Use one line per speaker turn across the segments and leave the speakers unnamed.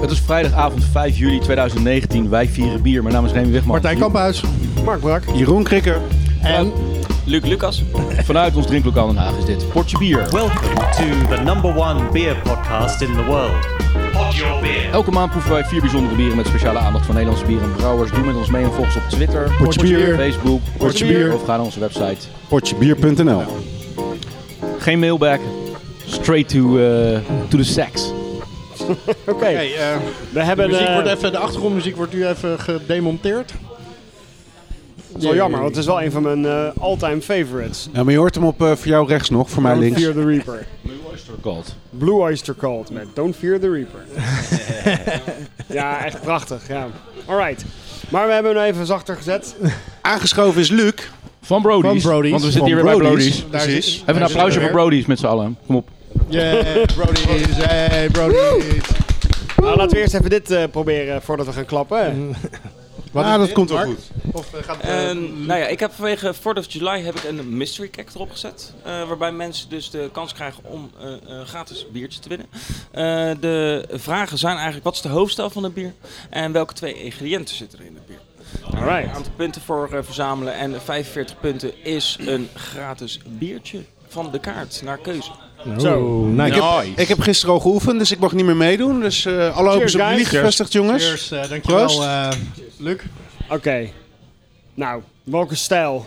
Het is vrijdagavond 5 juli 2019. Wij vieren bier. Mijn naam is Remy Wegman.
Martijn Kamphuis. Mark Brak.
Jeroen Krikker.
En
Luc Lucas.
Vanuit ons drinklokaal Den Haag is dit Portje Bier.
Welcome to the number one beer podcast in the world. Pod your beer.
Elke maand proeven wij vier bijzondere bieren met speciale aandacht voor Nederlandse bieren en brouwers. Doe met ons mee en volg ons op Twitter,
Potje Bier.
Facebook,
Potje Bier.
of ga naar onze website.
Potjebier.nl.
Geen mailback, straight to, eh, to the sex.
Oké, eh,
We
de,
hebben
muziek
eh,
wordt even, de achtergrondmuziek wordt nu even gedemonteerd.
Het is wel jammer, want het is wel een van mijn eh, all-time favorites.
Ja, maar je hoort hem op eh, voor jou rechts nog, voor mij
Don't
links.
Fear the Reaper.
Gold.
Blue Oyster Cult met Don't Fear the Reaper. ja, echt prachtig. Ja. Alright. Maar we hebben hem even zachter gezet.
Aangeschoven is Luc.
Van Brody's.
Van Brody's.
Want we
Van
zitten hier weer bij Brody's.
Daar
Precies.
zit-
Even
daar
een applausje voor
zitten
Brody's met z'n allen. Kom op.
we weer. Yeah, Brody's. Hey, Brody's.
Nou, laten we eerst even dit eh, proberen voordat we gaan klappen.
Mm-hmm.
Wat
ah,
is
dat
dit,
komt wel
Mark?
goed.
Of eh, gaat het, eh,
ehm, nou ja, ik heb vanwege 4th of July heb ik een mystery kek erop gezet. eh, waarbij mensen dus de kans krijgen om eh, een gratis biertje te winnen. Eh, de vragen zijn eigenlijk, wat is de hoofdstijl van het bier? En welke twee ingrediënten zitten er in het bier? Nou, Een
Alright.
aantal punten voor eh, verzamelen. En 45 punten is een gratis biertje van de kaart naar keuze.
Zo.
Nice.
Ik, heb, ik heb gisteren al geoefend, dus ik mag niet meer meedoen. Dus eh alle hoop is op
guys.
jullie gevestigd, jongens.
Cheers, eh, dankjewel
Proost.
eh Luc.
Oké. Nou, welke stijl?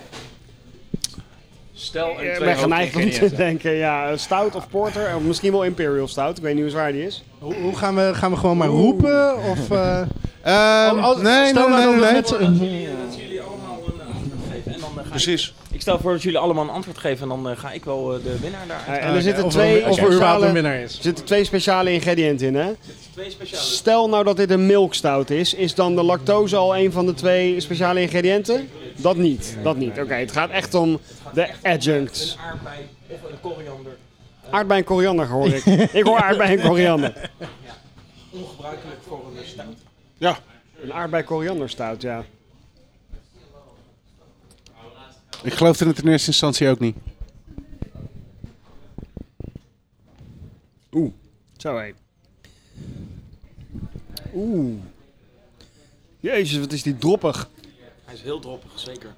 Stel en
Ik ben geneigd om te denken, ja, stout of porter, of misschien wel imperial stout. Ik weet niet hoe zwaar die is.
Hoe, hoe gaan, we, gaan we gewoon maar roepen? Of, eh,
Ehm,
als-
nee,
stel
nee, nee,
nou dat we
nee.
met z'n-
Dat jullie allemaal een antwoord geven. En dan ga
Precies.
Ik stel voor dat jullie allemaal een antwoord geven en dan eh, ga ik wel eh, de winnaar daar.
Eh,
uit.
en er
Oké,
zitten
of
twee,
Of er überhaupt een
speciale,
winnaar is.
er zitten twee speciale ingrediënten in, hè?
Twee speciale.
Stel nou dat dit een milkstout is, is dan de lactose al een van de twee speciale ingrediënten? Dat niet, dat niet. Oké, het gaat echt om de adjuncts.
Een aardbei of een koriander.
Aardbei en koriander hoor ik. Ik hoor aardbei en koriander.
Ongebruikelijk voor een stout.
Ja.
Een aardbei koriander stout, ja.
Ik geloofde het in eerste instantie ook niet.
Oeh, zo hé. Oeh. Jezus, wat is die droppig.
Hij is heel droppig, zeker.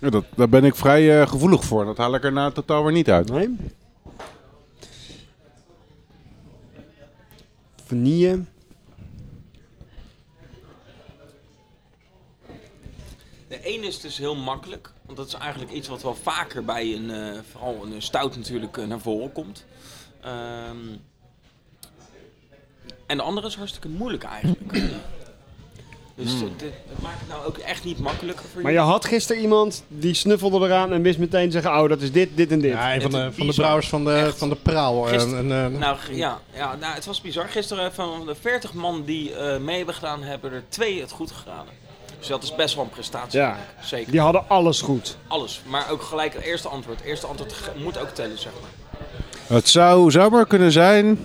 Ja, dat, daar ben ik vrij eh, gevoelig voor. Dat haal ik er nou totaal weer niet uit.
Nee. Vanille.
De ene is dus heel makkelijk, want dat is eigenlijk iets wat wel vaker bij een, eh, vooral een stout natuurlijk eh, naar voren komt. Ehm, en de andere is harstikke moeilijk eigenlijk. Dus het- het, het maakt het nou ook echt niet makkelijker voor
Hmm. Maar je had gisteren iemand die snuffelde eraan en wist meteen te zeggen, oh dat is dit, dit en dit.
Ja, een
Het is
van de, van de
bizar.
brouwers van de,
Echt.
van de Praal. eh,
Gisteren-
een, eh,
Nou g- ja, ja nou, het was bizar. Gisteren van de 40 man die eh, mee hebben gedaan, hebben er twee het goed gedaan. Dus dat is best wel een prestatie.
Ja.
Zeker.
Die hadden alles goed.
Alles. Maar ook gelijk het eerste antwoord. Het eerste antwoord ge- moet ook tellen, zeg maar.
Het zou zomaar kunnen zijn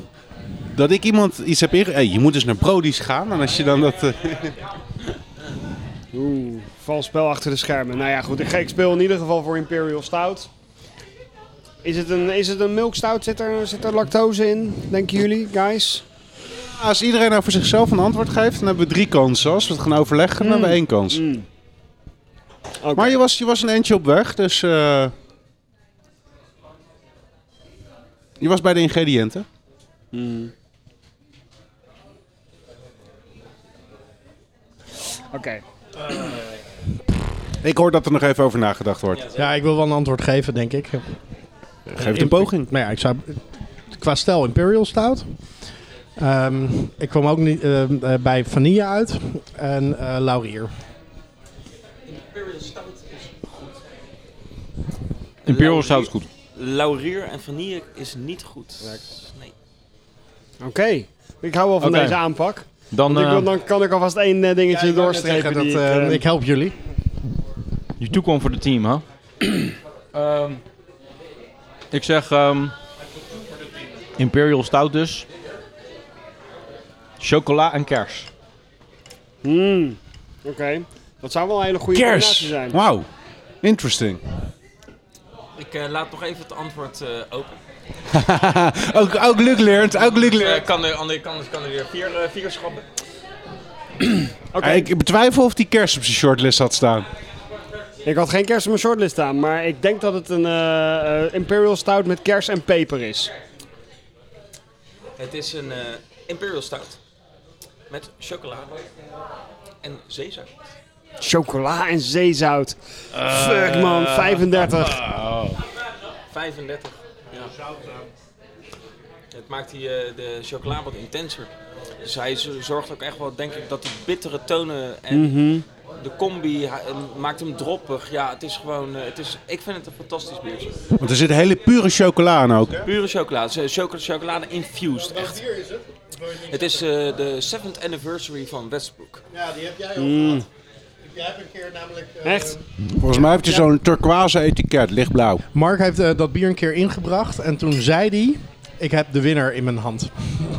dat ik iemand iets heb inge... Hey, je moet dus naar Brody's gaan. En als je dan dat... eh,
Oeh, vals spel achter de schermen. Nou ja, goed, ik, ga- ik speel in ieder geval voor Imperial Stout. Is het een, is het een milk stout? Zit er, zit er lactose in, denken jullie, guys?
Als iedereen nou voor zichzelf een antwoord geeft, dan hebben we drie kansen. Als we het gaan overleggen, dan hebben we één kans.
Mm. Oké.
Maar je was, je was een eindje op weg, dus... eh, je was bij de ingrediënten.
Oké.
Ik hoor dat er nog even over nagedacht wordt.
ja, ik wil wel een antwoord geven, denk ik.
Geef het een poging.
Nou ja, ik zou qua stijl Imperial Stout. Ehm, ik kwam ook niet, ehm, eh, bij vanille uit en eh laurier.
Imperial Stout is goed.
Imperial Stout is goed.
Laurier en vanille is niet goed. Nee.
Oké. Ik hou wel van
Oké.
deze aanpak.
Dan,
Want ik wil,
eh,
dan kan ik alvast één eh, dingetje doorstrepen.
dat,
die ik,
eh,
ehm,
eh,
ik help jullie.
je toekomst voor de team, hè? Ehm, ik zeg ehm, Imperial Stout dus. Chocola en kers.
mm, Oké. Dat zou wel een hele goede
Kers.
combinatie zijn.
Wauw. Interesting.
Ik eh, laat nog even het antwoord eh, open.
ook, ook Luc leert, ook Luc leert.
Eh, kan er, André kan, kan er weer vier, eh, vier schrappen.
Oké.
Ik betwijfel of die kerst op zijn shortlist had staan.
Ik had geen kers op mijn shortlist staan, maar ik denk dat het een eh, eh, Imperial Stout met kers en peper is.
Het is een eh, Imperial Stout met chocolade en zeezout.
Chocola en zeezout.
Eh,
Fuck man, 35.
35. Ja. Het maakt die, eh, de chocola wat intenser. Dus hij z- zorgt ook echt wel, denk ik, dat die bittere tonen en de combi hij- eh, maakt hem droppig. Ja, het is gewoon, eh, het is, ik vind het een fantastisch biertje.
Want er zit hele pure chocola aan ook.
Pure chocolade, Ze- choco- chocolade infused, echt. Het is eh, de 7th anniversary van Westbrook.
Ja, die heb jij al gehad. Jij hebt een keer namelijk... eh,
Echt?
Volgens mij heeft hij zo'n turquoise etiket, lichtblauw.
Mark heeft eh, dat bier een keer ingebracht en toen zei hij... Ik heb de winnaar in mijn
Nou,
hand.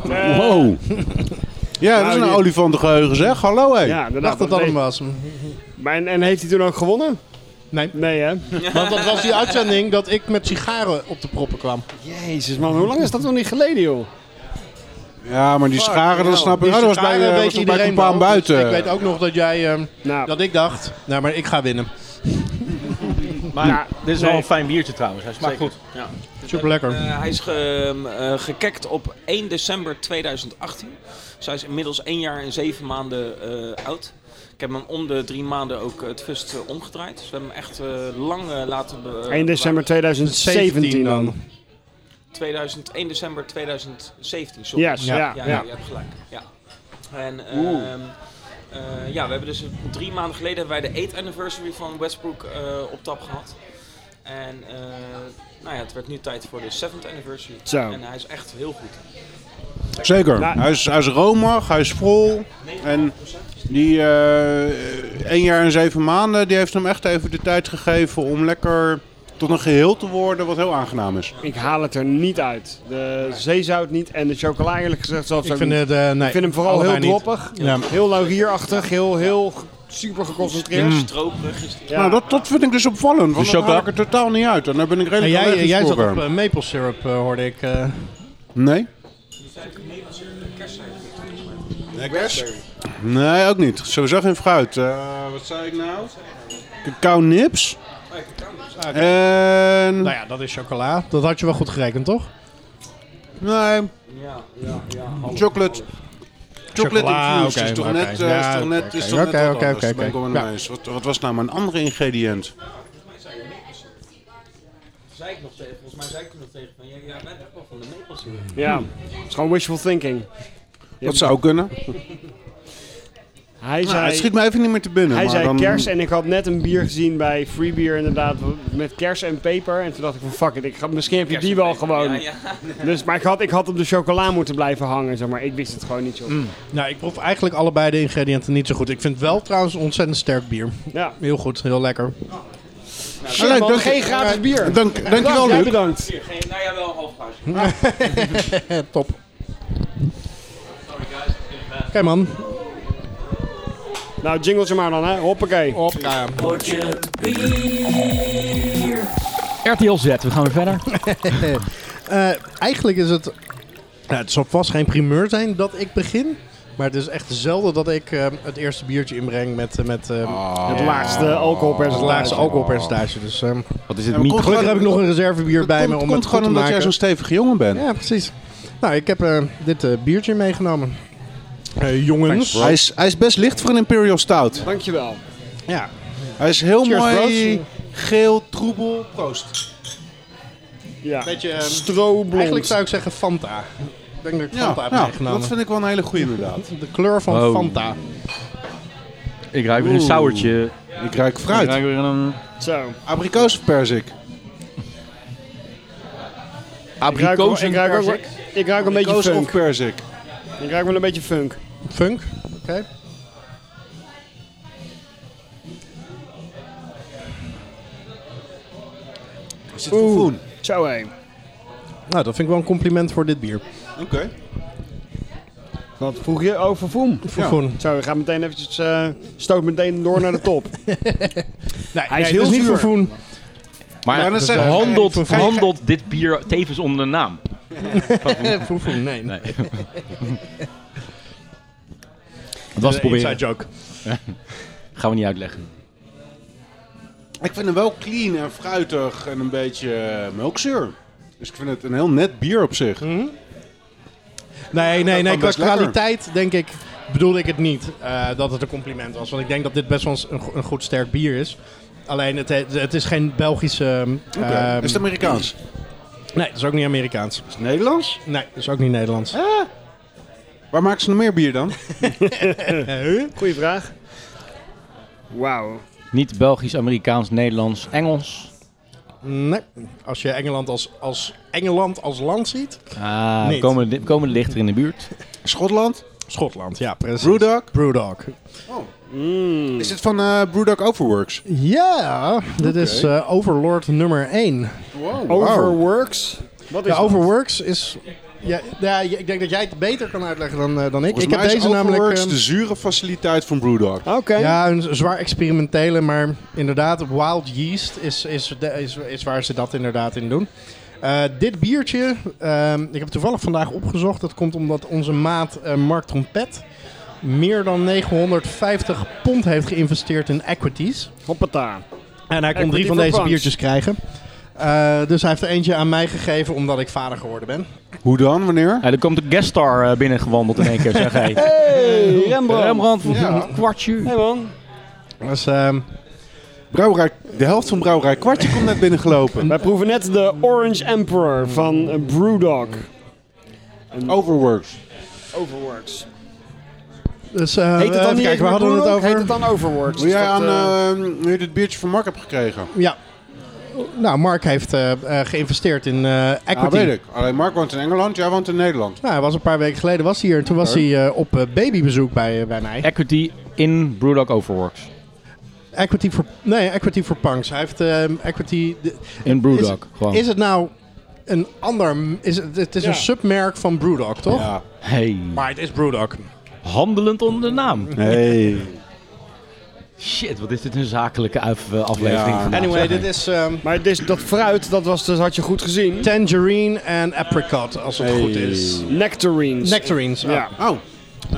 Wow. Ja, dat
Nou,
is een
die-
olifantengeheugen zeg. Hallo hé.
Ja,
Ik
dat
dacht dat dat hem was.
Maar en, en heeft hij toen ook gewonnen?
Nee,
Nee hè?
want dat was die uitzending dat ik met sigaren op de proppen kwam.
Jezus man, hoe lang is dat nog niet geleden joh?
Ja, maar die scharen,
Ja,
dat snap ik.
nou, die
Oh, dat was bij,
sigaren
eh,
weet
was toch bij
iedereen
Compaan
wel, dus
buiten.
Ik weet ook nog dat jij... eh,
Nou,
dat ik dacht, nou maar ik ga winnen.
Maar
Ja,
dit is
nee.
wel een fijn biertje trouwens. Hij smaakt goed.
Ja.
Super lekker.
Eh, hij is ge, eh, gekekt op 1 december 2018. Dus hij is inmiddels 1 jaar en 7 maanden eh, oud. Ik heb hem om de drie maanden ook het vist eh, omgedraaid. Dus we hebben hem echt eh, lang eh, laten... be-
1 december 2017 dan.
2000, 1 december 2017, sorry.
Yes,
Ja.
ja.
Ja,
Ja.
ja, je hebt gelijk. Ja. En ehm, eh, ja, we hebben dus drie maanden geleden hebben wij de 8th anniversary van Westbrook eh, op tap gehad. En eh, nou ja, het werd nu tijd voor de 7th anniversary.
Zo.
En hij is echt heel goed.
Zeker.
Nou-
Hij, is, hij is romig, hij is vol. En die eh één jaar en zeven maanden, die heeft hem echt even de tijd gegeven om lekker tot een geheel te worden, wat heel aangenaam is.
Ik haal het er niet uit. De zeezout niet en de chocola eerlijk gezegd zelfs
Ik
ook
vind,
niet.
het, eh, nee,
Ik vind hem vooral
allebei
heel
niet.
droppig,
Ja.
heel laurierachtig, heel, heel ge- super geconcentreerd.
Mm.
Stroperig is die.
Ja.
Nou, dat, dat vind ik dus opvallend, want dat
chocola-
haal ik er totaal niet uit. En daar ben ik
En
redelijk
jij,
allergisch
jij zat op
voor.
eh, maple syrup, eh, hoorde ik. eh.
Nee? Nee, ook niet. Sowieso geen fruit. Eh, wat zei ik nou? Cacao nips. En...
nou ja, dat is chocola. Dat had je wel goed gerekend, toch?
Nee,
Ja, ja, ja.
Chocolate. Chocolate
Chocola,
infused
oké,
is toch
oké.
net... eh,
Ja,
is toch net-
oké,
is toch net
oké,
wat
oké,
anders.
oké,
Ben ik wel
oké.
met
Ja.
me eens. Wat wat was nou mijn andere ingrediënt?
Zei ik nog tegen, volgens mij zei ik toen nog tegen van, jij jij bent echt wel van de maple syrup.
Ja, het is gewoon wishful thinking.
Dat zou kunnen.
Hij
Nou,
zei,
het schiet me even niet meer te binnen.
hij
maar
zei
dan-
kers en ik had net een bier gezien bij Free Beer inderdaad met kers en peper. En toen dacht ik van fuck it, ik ga, misschien heb je die wel gewoon.
Nou Ja, ja.
Dus, maar ik had, ik had op de chocola moeten blijven hangen, zeg maar. Ik wist het gewoon niet zo.
Mm.
Nou, ik proef eigenlijk allebei de ingrediënten niet zo goed. Ik vind het wel trouwens een ontzettend sterk bier.
Ja.
Heel goed, heel lekker.
Ah, leuk,
man,
dank-
geen gratis bier.
Dank, dankjewel,
Jij
Luc.
bedankt.
Hier, geen- Nou ja, wel een half glaasje.
Eh, top. Oké man.
Nou, jingletje maar dan, hè. Hoppakee.
Oh.
Op. Ja,
RTL Z, we gaan weer verder.
Eh, eigenlijk is het... Nou, het zal vast geen primeur zijn dat ik begin. Maar het is echt zelden dat ik eh, het eerste biertje inbreng met, eh, met eh,
Het laagste
het
alcoholpercentage.
laagste alcoholpercentage. Dus, eh,
Wat is het
Ja, maar
niet?
kom-
gelukkig heb ik nog een reservebier bij me om
komt
het goed
gewoon
te
omdat jij
maken.
zo'n stevige jongen bent.
Ja, precies. Nou, ik heb eh, dit eh, biertje meegenomen. Eh, jongens.
Hij, is, hij is best licht voor een Imperial Stout.
Dankjewel.
Ja.
Hij is heel
Cheers,
mooi,
bros.
geel, troebel. Proost.
Ja.
Beetje, eh,
Stroblond.
eigenlijk zou ik zeggen Fanta. Ik denk dat ik
Ehm, Ja,
Fanta heb
ja,
meegenomen.
dat vind ik wel een hele goede inderdaad.
De kleur van
Oh.
Fanta.
Ik ruik weer een
Oeh.
sauertje.
Ik ruik
Ik
fruit.
ruik weer een...
Zo.
Abrikoos of persik?
Ik ruik, ook- ik ruik ook wel- ik ruik een beetje
Abrikoos of
funk.
persik?
Ik ruik wel een beetje funk.
Funk. Oké.
Er zit gevoel.
Zo hé.
Nou, dat vind ik wel een compliment voor dit bier.
Oké.
Wat vroeg je over Voem?
Voor
Ja.
Groen.
Zo, we gaan meteen eventjes, eh stoot meteen door naar de top.
Nee,
Hij is
nee, het
heel
niet
zuur.
voor Groen.
Maar
Nou, dat
dus
zeg ik.
handelt,
Geen- geen-
handelt dit bier tevens onder een naam?
Foefoe, nee. nee.
Nee. Dat was het proberen.
Inside joke.
Gaan we niet uitleggen.
Ik vind hem wel clean en fruitig en een beetje eh, melkzuur. Dus ik vind het een heel net bier op zich.
Mm. Nee, nee,
kan
nee. Qua
best lekker.
kwaliteit denk ik, bedoelde ik het niet eh, dat het een compliment was. Want ik denk dat dit best wel eens een, go- een goed sterk bier is. Alleen het, het is geen Belgische...
Oké.
ehm,
is het Amerikaans?
Nee, dat is ook niet Amerikaans.
Is het Nederlands?
Nee, dat is ook niet Nederlands.
Waar maken ze nog meer bier dan?
Goeie vraag. Wauw.
Niet Belgisch, Amerikaans, Nederlands, Engels.
Nee. Als je Engeland als, als, Engeland als land ziet...
Ah, we
Niet.
komen, we komen lichter in de buurt.
Schotland?
Schotland, ja, precies.
Brewdog?
Brewdog. Mm.
Is dit van eh Brewdog Overworks?
Ja, dit is eh, Overlord nummer 1.
Wow.
Overworks. Wat is
Ja,
dat?
Overworks is... Ja, ja, ik denk dat jij het beter kan uitleggen dan, eh, dan ik.
Volgens
ik heb
mij is
deze namelijk...
Overworks
ehm,
de zure faciliteit van Brewdog.
Oké.
Ja, een z- zwaar experimentele, maar inderdaad, wild yeast is, is, de- is, is waar ze dat inderdaad in doen. Eh, dit biertje, ehm, ik heb het toevallig vandaag opgezocht. Dat komt omdat onze maat eh, Mark Trompet meer dan 950 pond heeft geïnvesteerd in equities.
Hoppata.
En hij kon
Equity
drie van
for
deze
France.
biertjes krijgen. Eh, dus hij heeft er eentje aan mij gegeven omdat ik vader geworden ben.
Hoe dan? Wanneer?
Ah, er komt een guest star eh, binnengewandeld in één keer, zeg hij.
Hey, Rembrandt.
Rembrandt voor
Ja.
een kwartje.
Hey man.
Dus, ehm,
Brouwerij, de helft van Brouwerij Kwartje komt net binnengelopen.
Wij proeven net de Orange Emperor van eh, Brewdog.
Overworks.
Overworks.
dus eh,
Heet het
even
dan niet
kijken, waar hadden we het over?
Heet het dan Overworks?
Hoe jij
Is dat,
aan
eh,
eh, hoe je dit biertje van Mark hebt gekregen?
Ja. Nou, Mark heeft eh, eh, geïnvesteerd in eh equity.
Ja, weet ik. Alleen Mark woont in Engeland, jij woont in Nederland.
Nou, hij was een paar weken geleden was hij hier. Toen was hij eh, op eh, babybezoek bij, eh, bij mij.
Equity in Brewdog Overworks.
Equity for, nee, Equity for Punks. Hij heeft ehm, Equity... de-
In Brewdog, gewoon.
Is het nou een ander... m- Is het, het is
Ja.
een submerk van Brewdog, toch?
Ja.
Hey.
Maar het is Brewdog.
Handelend onder de naam.
Nee.
Shit, wat is dit een zakelijke af- eh, aflevering
Ja.
vandaag,
Anyway,
zeg
dit
hij.
is ehm,
Maar dit, dat fruit, dat was dus, had je goed gezien.
tangerine en apricot, als het
Hey.
goed is.
Nectarines.
Nectarines.
Ja.
Ja.
Oh, nou,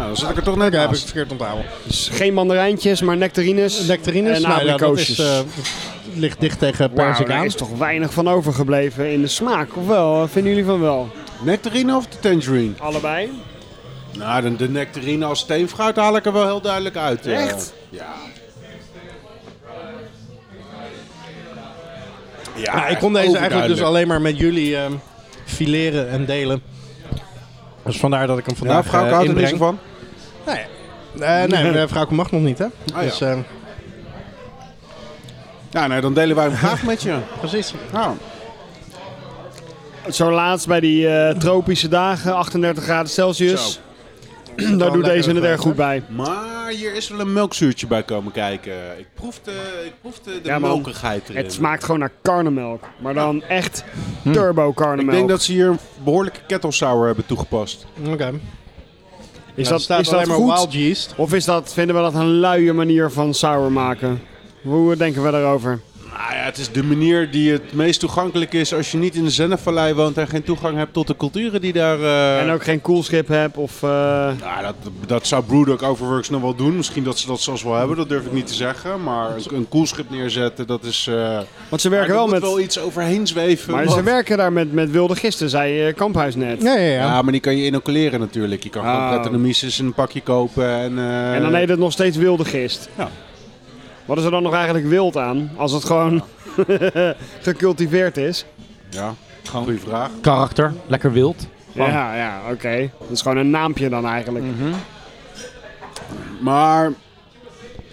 dan zit ik er toch net
Daar heb ik
naast.
verkeerd onthouden.
Dus geen mandarijntjes, maar nectarines.
Nectarines.
En
nou, ja, dat
abrikoosjes.
is, eh, ligt dicht tegen
Wauw,
persik
daar
aan.
is toch weinig van overgebleven in de smaak, of wel? Vinden jullie van wel?
Nectarine of de tangerine?
Allebei.
Nou, de, de nectarine als steenfruit haal ik er wel heel duidelijk uit. ja.
Echt?
Ja.
Ja, ik kon deze eigenlijk dus alleen maar met jullie ehm, fileren en delen. Dus vandaar dat ik hem
Ja,
vandaag
vrouw
eh,
houdt er niet
inbreng.
zo van.
Nee, Eh, nee eh, Frauke mag nog niet, hè?
ja.
dus, eh,
Ja, nee, dan delen wij hem graag met je.
precies.
Nou,
Zo laatst bij die eh, tropische dagen, 38 graden Celsius.
Zo.
Daar doet
lekker
deze het
fruit,
erg goed bij.
maar hier is wel een melkzuurtje bij komen kijken. Ik proefde, ik proefde de
Ja, man.
melkigheid erin. Hm.
Het smaakt gewoon naar karnemelk. Maar dan echt turbo
Ik
karnemelk.
denk dat ze hier een behoorlijke kettle sour hebben toegepast.
is
Oké. Nou, er
dat,
staat
is dat
alleen maar
goed?
wild yeast.
Of is dat, vinden we dat een luie manier van sour maken? Hoe denken we daarover?
Nou ja, het is de manier die het meest toegankelijk is als je niet in de Zennevallei woont en geen toegang hebt tot de culturen die daar... eh,
En ook geen koelschip heb of... eh,
Nou, dat, dat zou Brewdog Overworks nog wel doen. Misschien dat ze dat zelfs wel hebben, dat durf ik niet te zeggen. Maar een, een koelschip neerzetten, dat is... eh,
Want ze
maar
werken
er
wel
moet
met...
wel iets overheen zweven.
Maar ze
want-
werken daar met, met wilde gisten, zei eh, Kamphuis net.
Ja, ja, ja.
Ja, maar die kan je inoculeren natuurlijk. Je kan gewoon
Ah.
platinomyces in een pakje kopen en... eh,
En dan heet het nog steeds wilde gist.
Ja.
Wat is er dan nog eigenlijk wild aan? Als het gewoon gecultiveerd is.
Ja, goede vraag.
Karakter, lekker wild.
Ja, ja, oké. Dat is gewoon een naampje dan
Mm.
eigenlijk.
Maar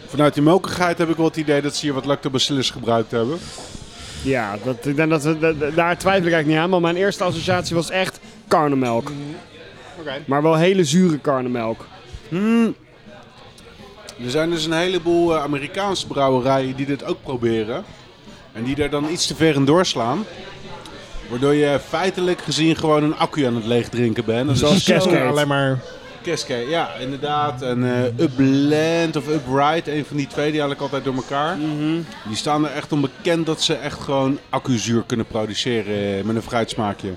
vanuit die melkigheid heb ik wel het idee dat ze hier wat lactobacillus gebruikt hebben.
Ja, dat, ik denk dat we, da- da- daar twijfel ik eigenlijk niet aan. Want mijn eerste associatie was echt karnemelk.
Oké.
Maar wel hele zure karnemelk.
Er zijn dus een heleboel eh, Amerikaanse brouwerijen die dit ook proberen. En die daar dan iets te ver in doorslaan. Waardoor je feitelijk gezien gewoon een accu aan het leegdrinken bent. Dat is
Zoals
zo-
Cascade.
Alleen maar...
Cascade, ja, inderdaad. En eh Upland of Upright, een van die twee, die haal ik altijd door elkaar.
Mhm.
Die staan er echt onbekend dat ze echt gewoon accuzuur kunnen produceren eh, met een fruitsmaakje.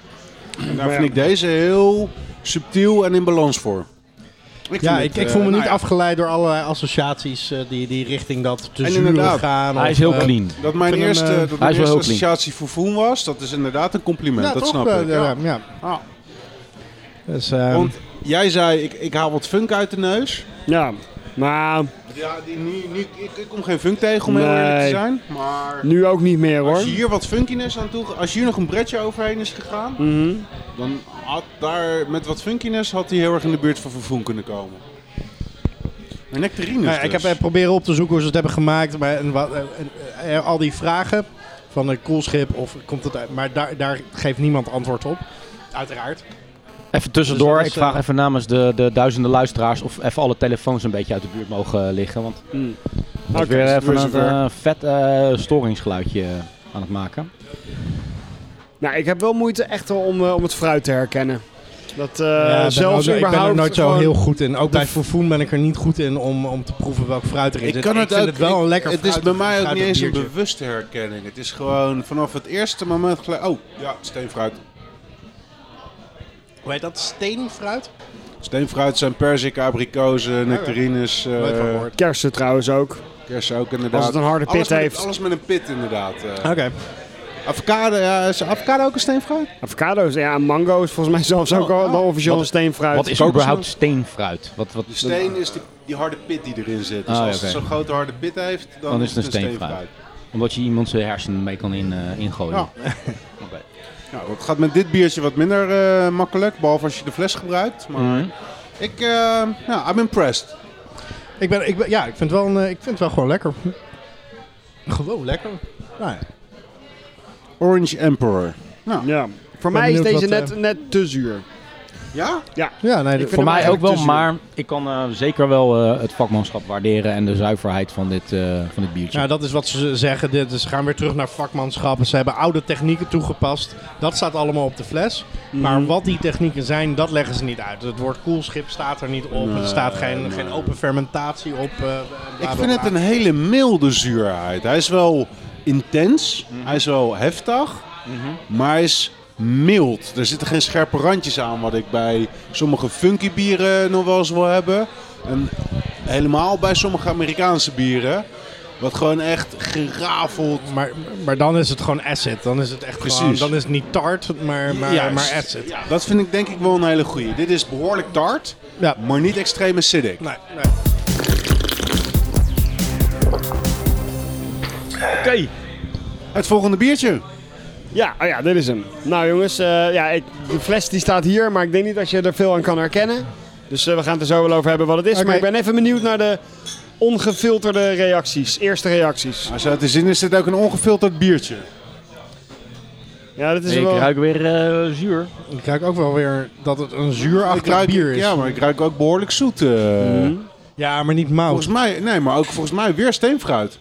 En daar
Maar
vind
ja.
ik deze heel subtiel en in balans voor. vind
Ja,
het,
ik, ik
eh,
voel me
nou
niet
ja,
associaties, door allerlei associaties eh, die, die richting dat te
En
zuur
inderdaad.
gaan.
Hij
of,
is heel
eh,
clean.
Dat mijn
vind hem,
eerste,
eh,
dat
hij
mijn
is wel
eerste
heel clean.
associatie voor Voen was, dat is inderdaad een compliment,
ja,
dat
toch,
snap
eh,
ik.
ja, ja.
Ah.
Dus, ehm,
Want jij zei, ik, ik haal wat funk uit de neus.
Ja, maar
Ja, die, nu, nu, ik, ik kom geen funk tegen om heel
Nee.
eerlijk te zijn. Maar
nu ook niet meer hoor.
als je hier wat funkiness aan toe... Als hier nog een bredje overheen is gegaan...
Mhm.
Dan had daar met wat funkiness had hij heel erg in de buurt van Vervoen kunnen komen. Maar nectarines
Nou ja, ik heb
dus.
eh, proberen op te zoeken hoe ze het hebben gemaakt. Maar, en, wat- en- en- eh, al die vragen van een koelschip of komt het uit. Maar daar, daar geeft niemand antwoord op. Uiteraard.
Even
Dus
tussendoor,
dat
ik
is,
vraag
eh,
even namens de, de duizenden luisteraars of even alle telefoons een beetje uit de buurt mogen eh, liggen. Want
Hmm.
Mm.
ik was
Oké,
weer
is het
even
weer
een
zover.
eh, vet eh, storingsgeluidje eh, aan het maken.
Nou, ik heb wel moeite echt wel om, eh, om het fruit te herkennen. Dat eh,
Ja, ik ben
zelfs
ook- ik ben er
überhaupt
nooit zo
gewoon-
heel goed in. Ook bij
f-
Fofoen ben ik er niet goed in om, om te proeven welk fruit erin zit.
Ik kan het
vind
ook,
het wel
ik-
een lekker
Het is bij
fruitig-
mij ook niet
fruitig
eens een
biertje.
bewuste herkenning. Het is gewoon vanaf het eerste moment gelijk... Oh, ja, steenfruit.
Hoe heet dat? Steenfruit?
Steenfruit zijn perziken, abrikozen, nectarines, eh,
Nooit van gehoord.
Kersen trouwens ook.
kersen ook
Als
inderdaad.
het een harde pit
alles met,
heeft.
Alles met een pit inderdaad. eh.
Oké.
Avocado, ja, is avocado ook een steenfruit?
Avocado's, ja, en mango is volgens mij zelfs ook al
oh.
wel officieel een steenfruit.
Wat is
kokosnoot?
überhaupt steenfruit? Wat, wat,
De steen is die, die harde pit die erin zit. Dus
Ah,
als
oké.
het zo'n grote harde pit heeft, dan,
Dan Oh, is het een steenfruit. Omdat je iemand zijn hersenen mee kan in, eh, ingooien.
Ja. Nou, dat gaat met dit biertje wat minder eh, makkelijk, behalve als je de fles gebruikt. Maar
Mhm.
ik, eh nou, I'm impressed.
Ik ben, ik ben, ja, ik vind, het wel een, eh, ik vind het wel gewoon lekker. Gewoon lekker. Nou ja.
Orange Emperor. Nou,
Ja. Voor
ben
mij is
benieuwd
deze
wat,
net, net te zuur.
ja?
ja, nee,
Ik
dat-
vind
Voor mij
hem
ook
eigenlijk
wel,
te zuur.
maar ik kan eh, zeker wel eh, het vakmanschap waarderen en de zuiverheid van dit, eh, van dit biertje.
Nou, dat is wat ze zeggen. Dit is- Ze gaan weer terug naar vakmanschap. Ze hebben oude technieken toegepast. Dat staat allemaal op de fles.
Mhm.
Maar wat die technieken zijn, dat leggen ze niet uit. Het woord koelschip staat er niet op.
Nee,
er staat geen,
nee.
geen open fermentatie op. eh, bla,
Ik
bla,
vind
bla.
het een hele milde zuurheid. Hij is wel intens, hij is wel heftig, maar hij is mild. Er zitten geen scherpe randjes aan, wat ik bij sommige funky bieren nog wel eens wil hebben. En helemaal bij sommige Amerikaanse bieren. Wat gewoon echt gerafeld.
Maar, maar dan is het gewoon acid. Dan is het echt
Precies.
gewoon... Dan is het niet tart, maar, maar,
Juist.
maar acid.
Ja, dat vind ik denk ik wel een hele goeie. Dit is behoorlijk tart,
Ja.
maar niet extreem acidic.
Nee, nee.
Het volgende biertje.
Ja, oh ja, dit is hem. Nou jongens, eh, ja, ik, de fles die staat hier, maar ik denk niet dat je er veel aan kan herkennen. Dus eh, we gaan het er zo wel over hebben wat het is.
Oké.
Maar ik ben even benieuwd naar de ongefilterde reacties. Eerste reacties.
Als uit de zin is dit ook een ongefilterd biertje.
Ja, dit is
ik
wel...
ruik weer eh, zuur.
Ik ruik ook wel weer dat het een
Ik
zuurachtig
ruik,
bier is.
Ja, maar ik ruik ook behoorlijk zoet. eh.
Ja, maar niet mout.
Volgens mij, nee, maar ook volgens mij weer steenfruit.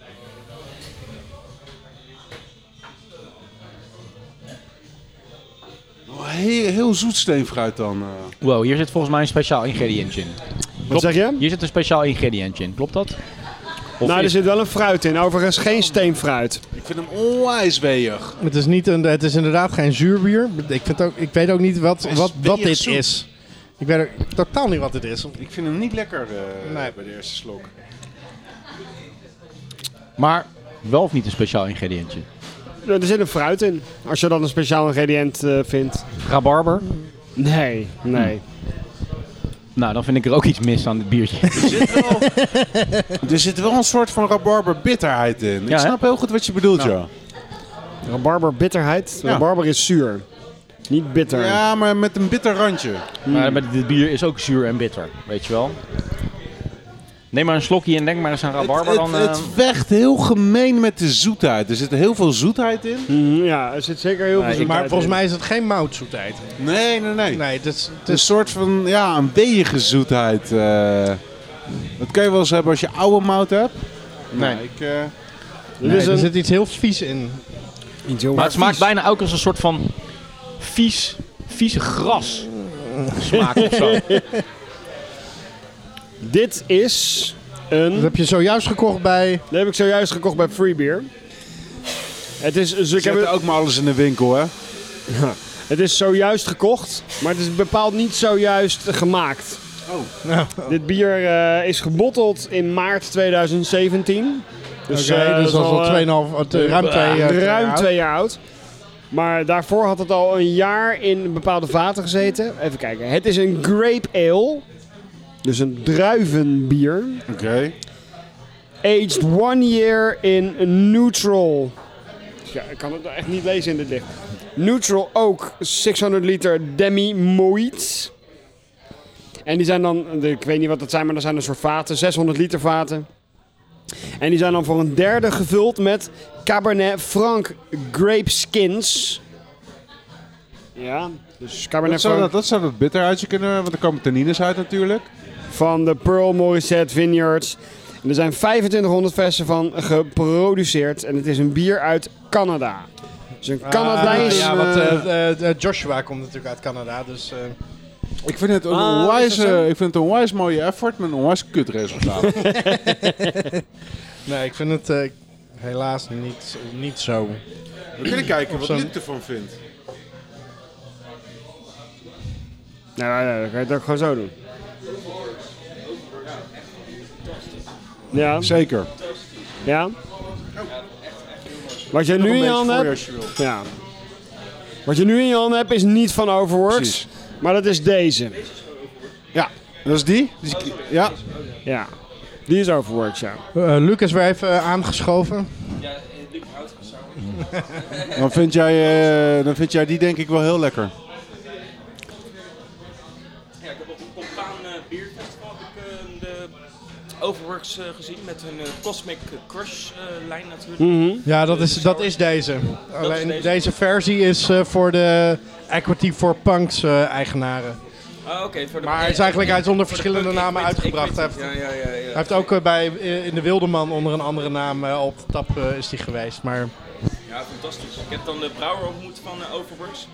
Oh, Heel, heel zoet steenfruit dan. eh.
Wow, hier zit volgens mij een speciaal ingrediëntje in.
Wat zeg je?
Hier zit een speciaal ingrediëntje in, klopt dat? Of
Nou, er
is-
zit wel een fruit in. Overigens geen steenfruit.
Ik vind hem onwijs weeg.
Het is, niet een, het is inderdaad geen zuurbier. Ik, vind ook, ik weet ook niet wat,
is
wat, wat
weer
dit
zoet.
is. Ik weet ook totaal niet wat dit is.
Ik vind hem niet lekker eh,
Nee.
bij de eerste slok.
Maar wel of niet een speciaal ingrediëntje?
Ja, Er zit een fruit in. Als je dat een speciaal ingrediënt eh, vindt.
Rabarber?
Nee, nee.
Nou, dan vind ik er ook iets mis aan dit biertje.
Er zit wel, er zit wel een soort van rabarber bitterheid in. Ik
Ja, hè?
snap heel goed wat je bedoelt, ja.
Rabarber bitterheid.
Ja.
Rabarber is zuur. Niet bitter.
Ja, maar met een bitter randje.
maar met dit bier is ook zuur en bitter, weet je wel. Neem maar een slokje en denk maar eens aan rabarber
het,
dan.
het,
eh,
het weegt heel gemeen met de zoetheid. Er zit heel veel zoetheid in.
Mhm, ja, er zit zeker heel veel
Nee,
zoetheid
Maar volgens
in.
mij is het geen moutzoetheid.
Nee, nee, nee.
Nee, het is, het
Het
is
is een soort van, ja, een weeige zoetheid. eh. dat kun je wel eens hebben als je oude mout hebt.
Nee.
Nou, ik, eh,
dit is
nee, er
Dus een-
zit iets heel vies in.
maar het smaakt bijna ook als een soort van vies, vieze gras smaak of zo.
Dit is
Dat
een...
heb je zojuist gekocht bij...
Dat heb ik zojuist gekocht bij Free Beer. Het is, dus ik
Ik heb
heb het,
ook maar alles in de winkel, hè?
het is zojuist gekocht, maar het is bepaald niet zojuist gemaakt.
Nou,
Dit bier eh, is gebotteld in maart 2017.
dus,
eh,
dus dat is al
eh,
2,5, eh, te- ruim twee jaar.
ruim twee jaar oud. Maar daarvoor had het al een jaar in bepaalde vaten gezeten. Even kijken. Het is een grape ale. Dus een druivenbier.
Oké.
Aged one year in neutral. Ja, ik kan het nou echt niet lezen in dit licht. Neutral oak 600 liter demi moit. En die zijn dan, de- ik weet niet wat dat zijn, maar dat zijn een soort vaten, 600 liter vaten. En die zijn dan voor een derde gevuld met Cabernet Franc grape skins. Ja, dus Cabernet
Dat zou
Franc
dat, dat zou dat bitter uitje kunnen, want er komen tannines uit natuurlijk.
van de Pearl Morissette Vineyards. En er zijn 2500 flessen van geproduceerd. En het is een bier uit Canada. Dus een Canadees.
Ah, ja,
eh,
want eh, eh, eh, Joshua komt natuurlijk uit Canada, dus... eh,
Ik vind het een
Ah, is dat
onwijs,
zo?
eh, ik vind het een onwijs mooie effort met een onwijs kut resultaat.
nee, ik vind het eh, helaas niet, niet zo.
We kunnen kijken
Of
wat
zo'n-
Luc ervan vindt.
Nou ja, dan kan je het ook gewoon zo doen. Ja,
Zeker.
ja. Wat je nu in je handen hebt. Ja. Wat je nu in je handen hebt is niet van Overworks.
Precies.
Maar dat is deze.
Ja, dat is die. Die is- ja.
Ja. Die is Overworks, ja.
Lucas weer even eh, aangeschoven.
eh,
Dan, vind jij, eh, dan vind jij die denk ik wel heel lekker.
Ja, ik heb op een Compaan eh, Bierfestival heb ik, eh, de Overworks eh, gezien met hun eh, Cosmic Crush eh, lijn natuurlijk.
Ja, dat is, dat is deze. Alleen deze.
deze.
versie is eh, voor de Equity for Punks eh, eigenaren.
Ah, oké. voor de-
Maar het is eigenlijk uit onder
voor de
verschillende
punk, ik
namen
weet- ik
uitgebracht. Hij
weet het
heeft,
niet. Ja, ja, ja, ja.
hij heeft ook eh, bij, eh, in de Wildeman onder een andere naam eh, op de tap eh, is die geweest. Maar
Ja, fantastisch. Ik heb dan de brouwer ontmoet van eh, Overworks.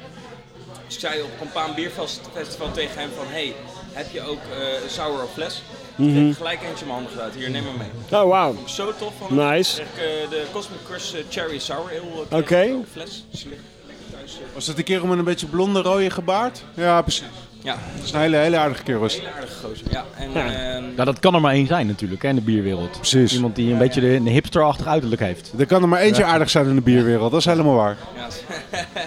Dus ik zei op Compaan Bierfestival tegen hem van... Hey, heb je ook eh sour of fles? Ik
Mhm.
kreeg gelijk eentje in mijn handen gedaan. Hier, neem maar mee.
Oh, wauw.
Zo tof van hem.
Nice.
Kreeg ik, eh, de Cosmic Crush eh, Cherry Sour Ale. eh, kreeg
Oké.
ik ook Fles. Dus die ligt lekker thuis. eh.
Was dat de kerel met een beetje blonde rode gebaard? Ja, precies.
Ja,
Dat is een hele, hele aardige kerel. is.
hele aardige gozer. Ja, en...
Ja.
ehm,
Nou, dat kan er maar één zijn natuurlijk hè, in de bierwereld.
Precies.
Iemand die een beetje de, een hipsterachtig uiterlijk heeft.
Er kan er maar eentje aardig zijn in de bierwereld, dat is helemaal waar.
Ja.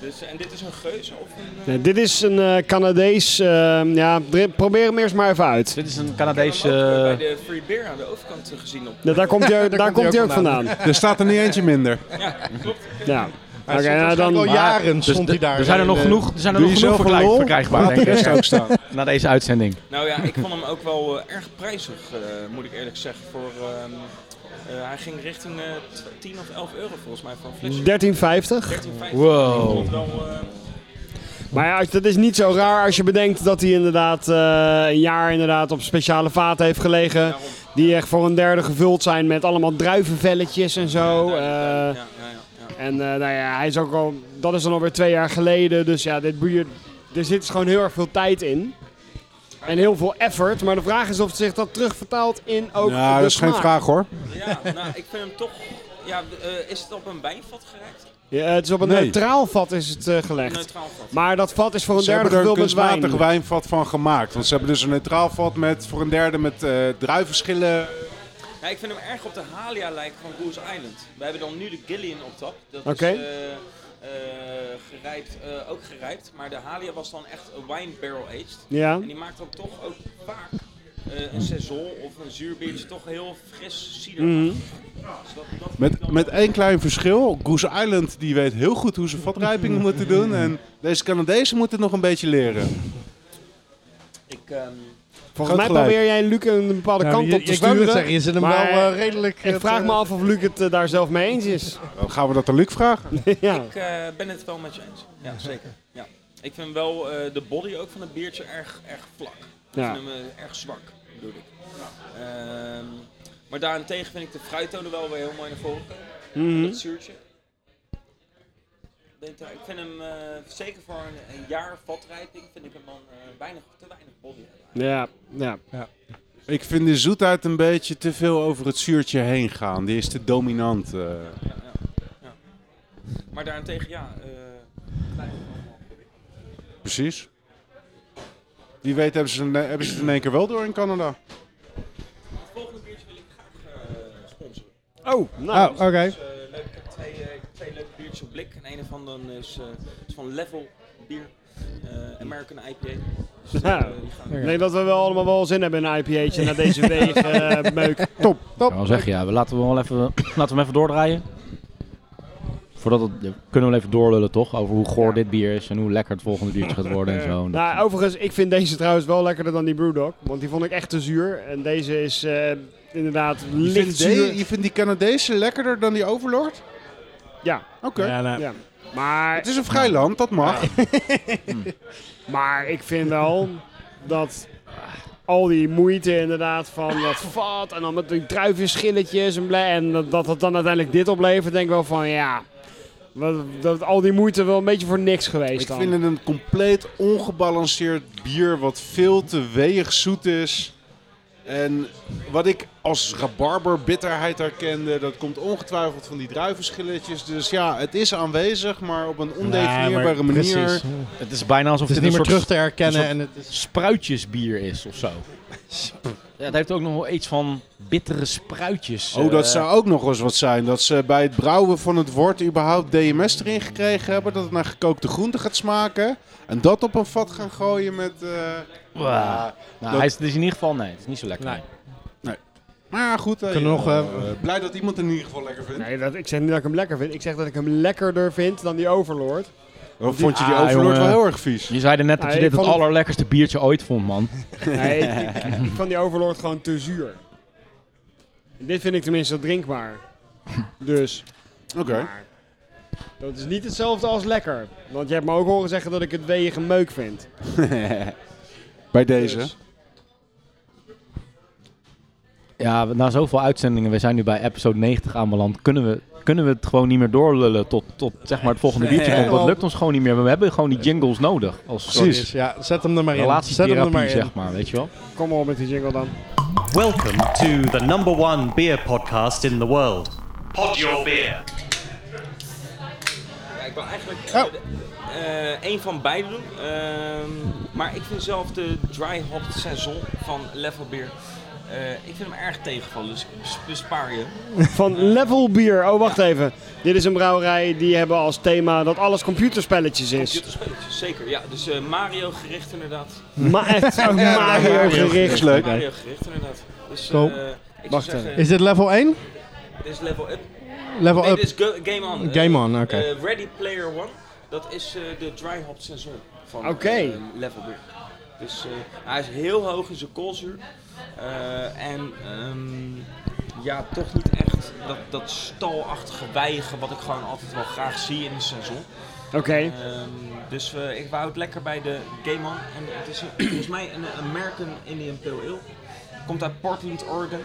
dus, en dit is een geuze of een... eh,
Nee, dit is een eh, Canadees. eh, ja, dr- probeer hem eerst maar even uit.
Dit is een
ik heb hem ook, eh,
Canadese...
bij de Free Beer aan de overkant eh, gezien op.
Ja, daar komt hij, daar
komt
komt
hij
hij
ook
ook vandaan.
Er staat er niet eentje minder.
Ja, klopt.
Ja.
hij
Oké, nou
stond waarschijnlijk
dan.
al jaren stond hij daar.
dus Er zijn er nog
Eh,
genoeg, er zijn er
Doe
nog
je
genoeg
zelf een
verkijk-
lol?
verkrijgbaar, denk ik.
ook staan.
Na deze uitzending.
Nou ja, ik vond hem ook wel eh, erg prijzig, eh, moet ik eerlijk zeggen. Voor, ehm, eh, hij ging richting eh, tw- 10 of 11 euro volgens mij voor een flesje.
1350.
13,50.
Wow.
Ik vond het wel, eh,
Maar ja, als- dat is niet zo raar als je bedenkt dat hij inderdaad eh, een jaar inderdaad op speciale vaten heeft gelegen.
daarom.
Die echt voor een derde gevuld zijn met allemaal druivenvelletjes en zo.
Ja,
eh,
ja, ja, ja, ja.
en eh, nou ja, hij is ook al, dat is dan alweer twee jaar geleden. Dus ja, dit bier, er zit dus gewoon heel erg veel tijd in. En heel veel effort. Maar de vraag is of zich dat terugvertaalt in ook
Ja,
de
Nou, dat is geen
smaak.
vraag hoor.
Ja, nou, ik vind hem toch... Ja, eh, is het op een wijnvat gereikt?
Ja, het is op een
Nee.
neutraal vat is het eh,
Een
gelegd.
neutraal vat.
Maar dat vat is voor een
Ze
derde
hebben er een
gevuld met wijn.
kunstmatig wijnvat van gemaakt. Want ze hebben dus een neutraal vat met voor een derde met eh, druivenschillen.
Ja, ik vind hem erg op de Halia lijken van Goose Island. We hebben dan nu de Gillian op tap. Dat
Oké.
is eh, eh, gerijpt, eh, ook gerijpt. Maar de Halia was dan echt een wine barrel aged.
Ja.
En die maakt dan toch ook vaak eh, een saison of een zuurbeertje toch heel fris cider.
Mhm.
Dus dat, dat vind ik
Met,
dan
met
wel-
één klein verschil. Goose Island die weet heel goed hoe ze vatrijping moeten doen. En deze Canadezen moeten het nog een beetje leren.
Ik, ehm,
Volgens mij
Groot gelijk.
probeer jij Luc een bepaalde
Nou,
kant
je-
op te
ik wou net
sturen.
zeggen, je zit hem
maar
wel eh, redelijk...
Ik
eh,
vraag
te-
me af of Luc het eh, daar zelf mee eens is.
Dan gaan we dat aan Luc vragen.
ja.
ik eh, ben het wel met je eens. Ja, zeker. Ja. Ik vind wel eh, de body ook van het biertje erg, erg vlak.
Ja.
Ik vind hem eh, erg zwak, bedoel ik. Ehm, maar daarentegen vind ik de fruittonen wel weer heel mooi naar voren komen.
Mhm.
Dat zuurtje. Beter- Ik vind hem, eh, zeker voor een, een jaar vatrijping, vind ik hem dan eh, weinig, te weinig body hebben.
Ja, ja.
Ja.
Ik vind de zoetheid een beetje te veel over het zuurtje heen gaan. Die is te dominant. eh.
Ja, ja, ja. Maar daarentegen, ja. eh,
Precies. Wie weet hebben ze, hebben ze het in één keer wel door in Canada.
het volgende biertje wil ik graag eh, sponsoren.
Oh, nou.
Oh, oké.
Dus, eh, leuk, ik heb twee, eh, ik heb twee leuke biertjes op blik. En een van dan is, eh, is van Level Bier. eh, American IPA. Dus, eh,
Nou.
die gaan
Ik denk dat we wel allemaal wel zin hebben in een IPA'tje na deze wegen meuk.
Top, top.
Ik kan wel zeggen, ja, we laten, we wel even, laten we hem even doordraaien. Voordat het, ja, kunnen we wel even doorlullen, toch? Over hoe goor dit bier is en hoe lekker het volgende biertje gaat worden en zo.
Nou, overigens, ik vind deze trouwens wel lekkerder dan die Brewdog. Want die vond ik echt te zuur. En deze is eh, inderdaad
Je
licht
vindt, de,
zuur.
je vindt die Canadese lekkerder dan die Overlord?
Ja,
Oké.
Ja, nou,
ja. Maar,
Het is een vrij land, dat mag.
maar ik vind wel dat eh, al die moeite inderdaad van dat vat en dan met die druivenschilletjes en, bla- en dat, dat het dan uiteindelijk dit oplevert, denk ik wel van ja, wat, dat al die moeite wel een beetje voor niks geweest
Ik
dan.
vind het een compleet ongebalanceerd bier wat veel te weeg zoet is. En wat ik als rabarber bitterheid herkende, dat komt ongetwijfeld van die druivenschilletjes. Dus ja, het is aanwezig, maar op een ondefinieerbare
maar
manier.
precies.
het is bijna alsof
Het is
dit
niet meer
een
terug
soort
te herkennen.
een
En het is,
spruitjesbier is of zo. Ja, het heeft ook nog wel iets van bittere spruitjes.
Oh, dat
eh,
zou ook nog eens wat zijn. Dat ze bij het brouwen van het wort überhaupt DMS erin gekregen hebben. Dat het naar gekookte groenten gaat smaken. En dat op een vat gaan gooien met... eh,
Wow.
Ah.
ja.
Nou,
dat-
hij is, het is in ieder geval... Nee, het is niet zo lekker.
Nee.
nee.
Maar ja, goed. hey,
Kunnen we nog,
eh,
eh,
blij dat iemand het in ieder geval lekker vindt.
Nee, dat, ik zeg niet dat ik hem lekker vind. Ik zeg dat ik hem lekkerder vind dan die Overlord.
Of vond je die
Ah,
Overlord
jongen.
wel heel erg vies?
Je zei er net dat je
Nee,
dit het
van-
allerlekkerste biertje ooit vond, man.
Nee, ik, ik- ik vond die Overlord gewoon te zuur. Dit vind ik tenminste drinkbaar. Dus.
Oké.
maar Dat is niet hetzelfde als lekker. Want je hebt me ook horen zeggen dat ik het weeige meuk vind.
Bij deze.
Dus-
Ja, na zoveel uitzendingen, we zijn nu bij episode 90 aanbeland, kunnen we, kunnen we het gewoon niet meer doorlullen tot, tot zeg maar het volgende biertje komt. Dat lukt ons gewoon niet meer. We hebben gewoon die jingles nodig als soort
Precies. Ja, zet hem er maar in. Zet hem er maar
relatietherapie,
in.
zeg maar, weet je wel.
Kom op met die jingle dan.
Welcome to the number one beer podcast in the world. Pod Your Beer.
Ja, ik wil eigenlijk eh, de- eh, één van beide doen. Ehm, maar ik vind zelf de dry hop saison van Level Beer. eh, ik vind hem erg tegenvallen, dus ik bes- bespaar je.
Van Level Beer. Oh, wacht even. Dit is een brouwerij die hebben als thema dat alles computerspelletjes is.
Computerspelletjes, zeker. Ja, dus eh, Mario gericht inderdaad.
Maar echt een
Mario
Mario
gericht.
gericht.
Is leuk.
Mario gericht inderdaad. Dus eh,
Zo.
ik zou
Wacht
zeggen,
Is dit level 1?
dit is level up.
Level
Nee,
up.
dit is go- game on. Eh,
Game on, oké.
eh, Ready Player One, dat is eh, de dry hop seizoen van
Oké.
eh, Level Beer. Dus eh, hij is heel hoog in zijn koolzuur. Eh, en ehm, ja, toch niet echt dat, dat stalachtige wijgen wat ik gewoon altijd wel graag zie in een seizoen.
Oké.
Ehm, dus eh, ik wou het lekker bij de Game On. En het is een- volgens mij een American Indian Pale Ale. Komt uit Portland, Oregon.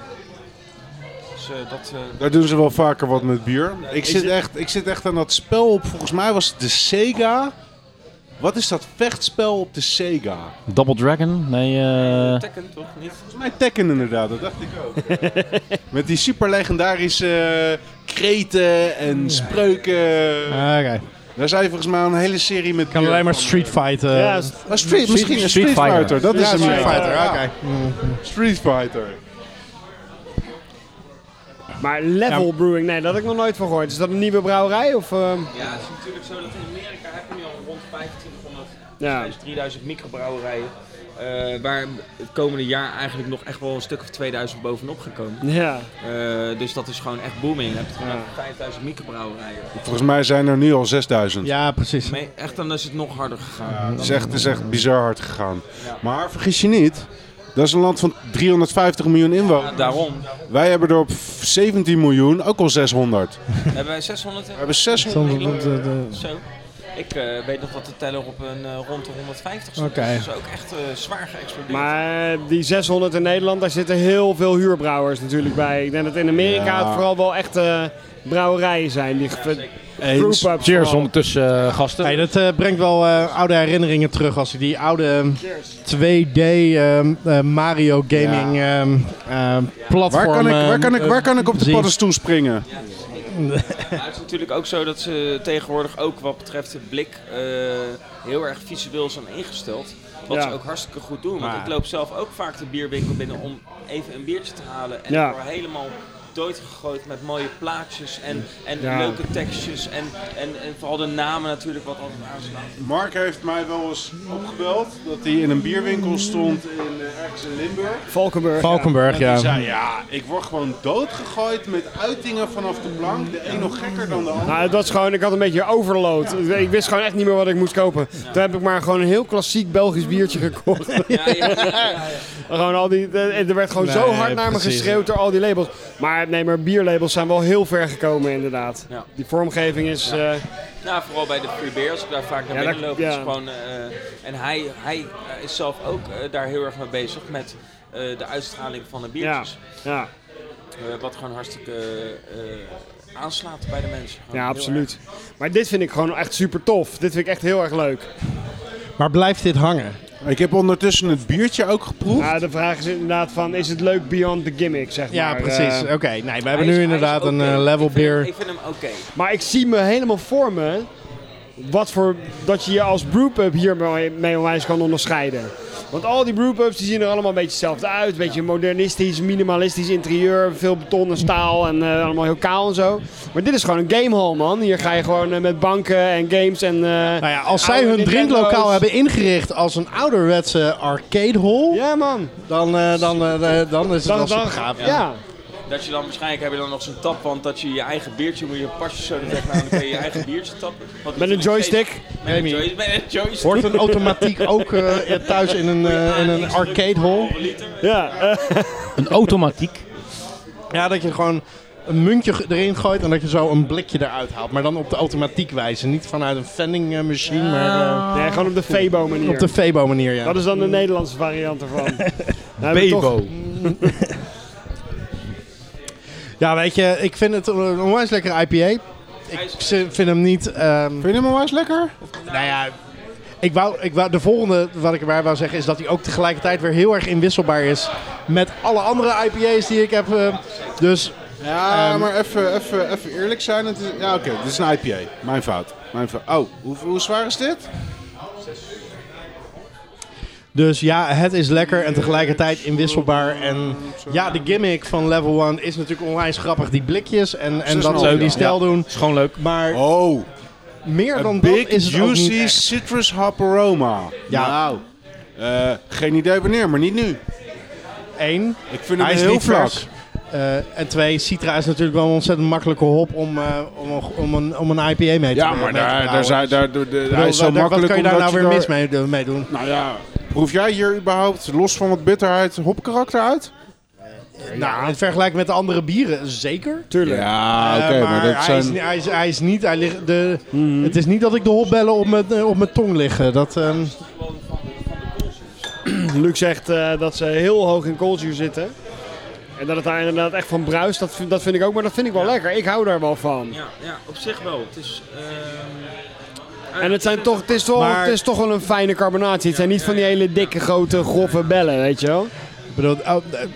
Dus eh, dat... eh,
Daar doen ze wel vaker wat met bier. Ik zit echt, ik zit echt aan dat spel op. Volgens mij was het de Sega. Wat is dat vechtspel op de Sega?
Double Dragon? Nee, eh
Tekken toch niet?
Volgens mij Tekken inderdaad, dat dacht ik ook. met die super legendarische eh, kreten en spreuken.
Ah, Oké.
Daar zijn volgens mij een hele serie met
Ik kan
bier
alleen maar
van,
Street
eh,
Fight. eh,
Ja, s-
Ah, street, misschien een Street
Street
Fighter.
Fighter.
Dat is
ja,
een Ah,
Street Fighter,
Ja,
oké.
Street Fighter.
Maar Level Brewing, nee, dat had ik nog nooit van gehoord. Is dat een nieuwe brouwerij? Of, ehm,
Ja, het is natuurlijk zo dat in Amerika heb je nu al rond 2500,
Ja.
ja. 3000 microbrouwerijen. eh, waar het komende jaar eigenlijk nog echt wel een stuk of 2000 bovenop gekomen.
ja.
Eh, dus dat is gewoon echt booming. Je hebt gewoon
Ja.
echt 5000 microbrouwerijen.
Volgens mij zijn er nu al 6000.
Ja, precies.
Maar echt, dan is het nog harder gegaan.
Het is echt, het is echt bizar hard gegaan. Maar vergis je niet, dat is een land van 350 miljoen
Ja,
inwoners.
daarom
Wij hebben er op 17 miljoen ook al 600. We
hebben wij 600.
hebben 600.
Soms wordt het, eh,
Zo. Ik eh, weet nog dat de teller op een eh, rond de 150 stond.
Oké.
Dus dat is ook echt eh, zwaar geëxplodeerd.
Maar die 600 in Nederland, daar zitten heel veel huurbrouwers natuurlijk bij. Ik denk dat in Amerika
Ja.
het vooral wel echte brouwerijen zijn. Die
Ja,
ge-
zeker.
Eens.
Brewpub
Cheers
vooral.
ondertussen, eh, gasten.
Hey, dat eh, brengt wel eh, oude herinneringen terug als ik die oude ehm,
Cheers.
2D ehm, eh, Mario gaming ehm, ehm, eh,
Waar
platformen.
kan, ik, waar, kan ik, waar kan ik op de
zie.
paddenstoel springen?
Maar het is natuurlijk ook zo dat ze tegenwoordig ook wat betreft de blik eh, heel erg visueel zijn ingesteld. Wat
Ja.
ze ook hartstikke goed doen. Want
Maar-
ik loop zelf ook vaak de bierwinkel binnen om even een biertje te halen. En
Ja.
ik word helemaal dood gegooid met mooie plaatjes en, en
Ja.
leuke tekstjes. En, en, en vooral de namen natuurlijk wat altijd aanslaan.
Mark heeft mij wel eens opgebeld dat hij in een bierwinkel stond in, eh, ergens in Limburg.
Valkenburg.
Valkenburg,
Hij
ja.
zei, ja, ik word gewoon doodgegooid met uitingen vanaf de plank. De een nog gekker dan de ander.
Ja. Nou, het was gewoon, ik had een beetje overload. Ik- Ik wist gewoon echt niet meer wat ik moest kopen. Toen heb ik maar gewoon een heel klassiek Belgisch biertje gekocht.
Ja, ja, ja, ja.
Gewoon al die, eh, er werd gewoon zo
Nee,
hard naar me
precies.
geschreeuwd door al die labels. Maar nee, maar bierlabels zijn wel heel ver gekomen inderdaad.
Ja.
Die vormgeving is... eh,
Nou, vooral bij de Free Beer, als ik daar vaak
Ja,
naar binnen
dat-
loop,
ja.
is gewoon... eh, en hij, hij eh, is zelf ook eh, daar heel erg mee bezig met eh, de uitstraling van de
ja,
biertjes.
ja,
Eh, wat gewoon hartstikke eh, eh, aanslaat bij de mensen. Gewoon
ja,
heel
absoluut. Maar dit vind ik gewoon echt super tof. Dit vind ik echt heel erg leuk.
Maar blijft dit hangen?
Ik heb ondertussen het biertje ook geproefd.
Ja, de vraag is inderdaad van, is het leuk beyond the gimmick, zeg
Ja,
maar.
precies.
Eh,
Oké, nee, we
erg. Hij
hebben
is-
nu
hij is
inderdaad een
oké.
eh,
Ik
level
vind hem-
beer.
Ik vind hem oké.
Maar ik zie me helemaal voor me wat voor, dat je je als brewpub hiermee mee onwijs kan onderscheiden. Want al die brewpubs die zien er allemaal een beetje hetzelfde uit. Een beetje modernistisch, minimalistisch interieur. Veel beton en staal en eh, allemaal heel kaal en zo. Maar dit is gewoon een gamehall, man. Hier ga je gewoon eh, met banken en games en... eh,
Nou ja, als zij
oude
hun
Nintendo's.
drinklokaal hebben ingericht als een ouderwetse arcade hall,
Ja, man.
dan, eh, dan, eh, eh, dan is het
Dan,
wel
dan,
super gaaf.
ja.
ja.
Dat je dan waarschijnlijk heb je dan nog zo'n tapwand dat je je eigen biertje moet je pasjes zo direct naar en dan kun je je eigen biertje tappen. Wat
Met een
natuurlijk
joystick.
steeds- Met een,
Jamie.
joy- met een joystick.
Hoort een automatiek ook eh, thuis in een, eh, in een arcade hall?
Ja, eh,
Een automatiek.
Ja, dat je gewoon een muntje ge- erin gooit en dat je zo een blikje eruit haalt. Maar dan op de automatiek wijze. Niet vanuit een vending eh, machine, maar
nee, gewoon op de Febo
eh,
manier.
op de Febo manier, ja.
Dat is dan de Nederlandse variant ervan. Nou, we toch-
Bebo.
Ja, weet je, ik vind het een onwijs lekker IPA. Ik z- vind hem niet... ehm,
Vind je hem wel eens lekker?
nou ja, ik wou, ik wou, de volgende wat ik erbij wou zeggen is dat hij ook tegelijkertijd weer heel erg inwisselbaar is met alle andere IPA's die ik heb. eh, dus
Ja, maar even, even, even eerlijk zijn. Het is, ja, oké, dit is een IPA. Mijn fout. Mijn fout. Oh, hoe, hoe zwaar is dit?
Dus ja, het is lekker en tegelijkertijd inwisselbaar. En ja, de gimmick van Level 1 is natuurlijk onwijs grappig. Die blikjes en, en dat ze die stijl doen.
Is gewoon leuk.
Maar
Oh,
meer dan
een
dat
big
is het ook niet
juicy
echt.
citrus hop aroma.
Ja.
Nou, eh, geen idee wanneer, maar niet nu.
Eén,
Ik vind hem
hij is
heel
niet
vlak.
vers. Eh, en twee, Citra is natuurlijk wel een ontzettend makkelijke hop om, eh, om, een- om, een, om een IPA mee te
Ja, maar
mee te
daar, daar,
brouwen.
zijn, daar, daar, daar-
Ik
hij
bedoel,
is zo
wat- daar-
makkelijk
Wat kan je daar
omdat
nou weer mis
daar-
mee, mee doen?
Nou ja, proef jij hier überhaupt, los van wat bitterheid, hopkarakter uit?
Nou, in vergelijking met de andere bieren, zeker.
Tuurlijk.
Ja,
Eh,
Ah, oké, maar, dat
hij,
zijn... Mhm.
is, ni- hij, is, hij is niet. Hij ligt, de, Het is niet dat ik de hopbellen op mijn, eh, op mijn tong liggen. Dat, ehm,
Luc zegt eh, dat ze heel hoog in koolzuur zitten. En dat het daar inderdaad echt van bruist, dat vind, dat vind ik ook. Maar dat vind ik wel lekker. Ik hou daar wel van.
Ja, ja, op zich wel. Het is, ehm,
En het, zijn toch, het, is toch,
Maar-
het is toch wel een fijne carbonatie. Het zijn niet van die hele dikke, grote, grove bellen, weet je wel.
ik bedoel, oh, eh, eh,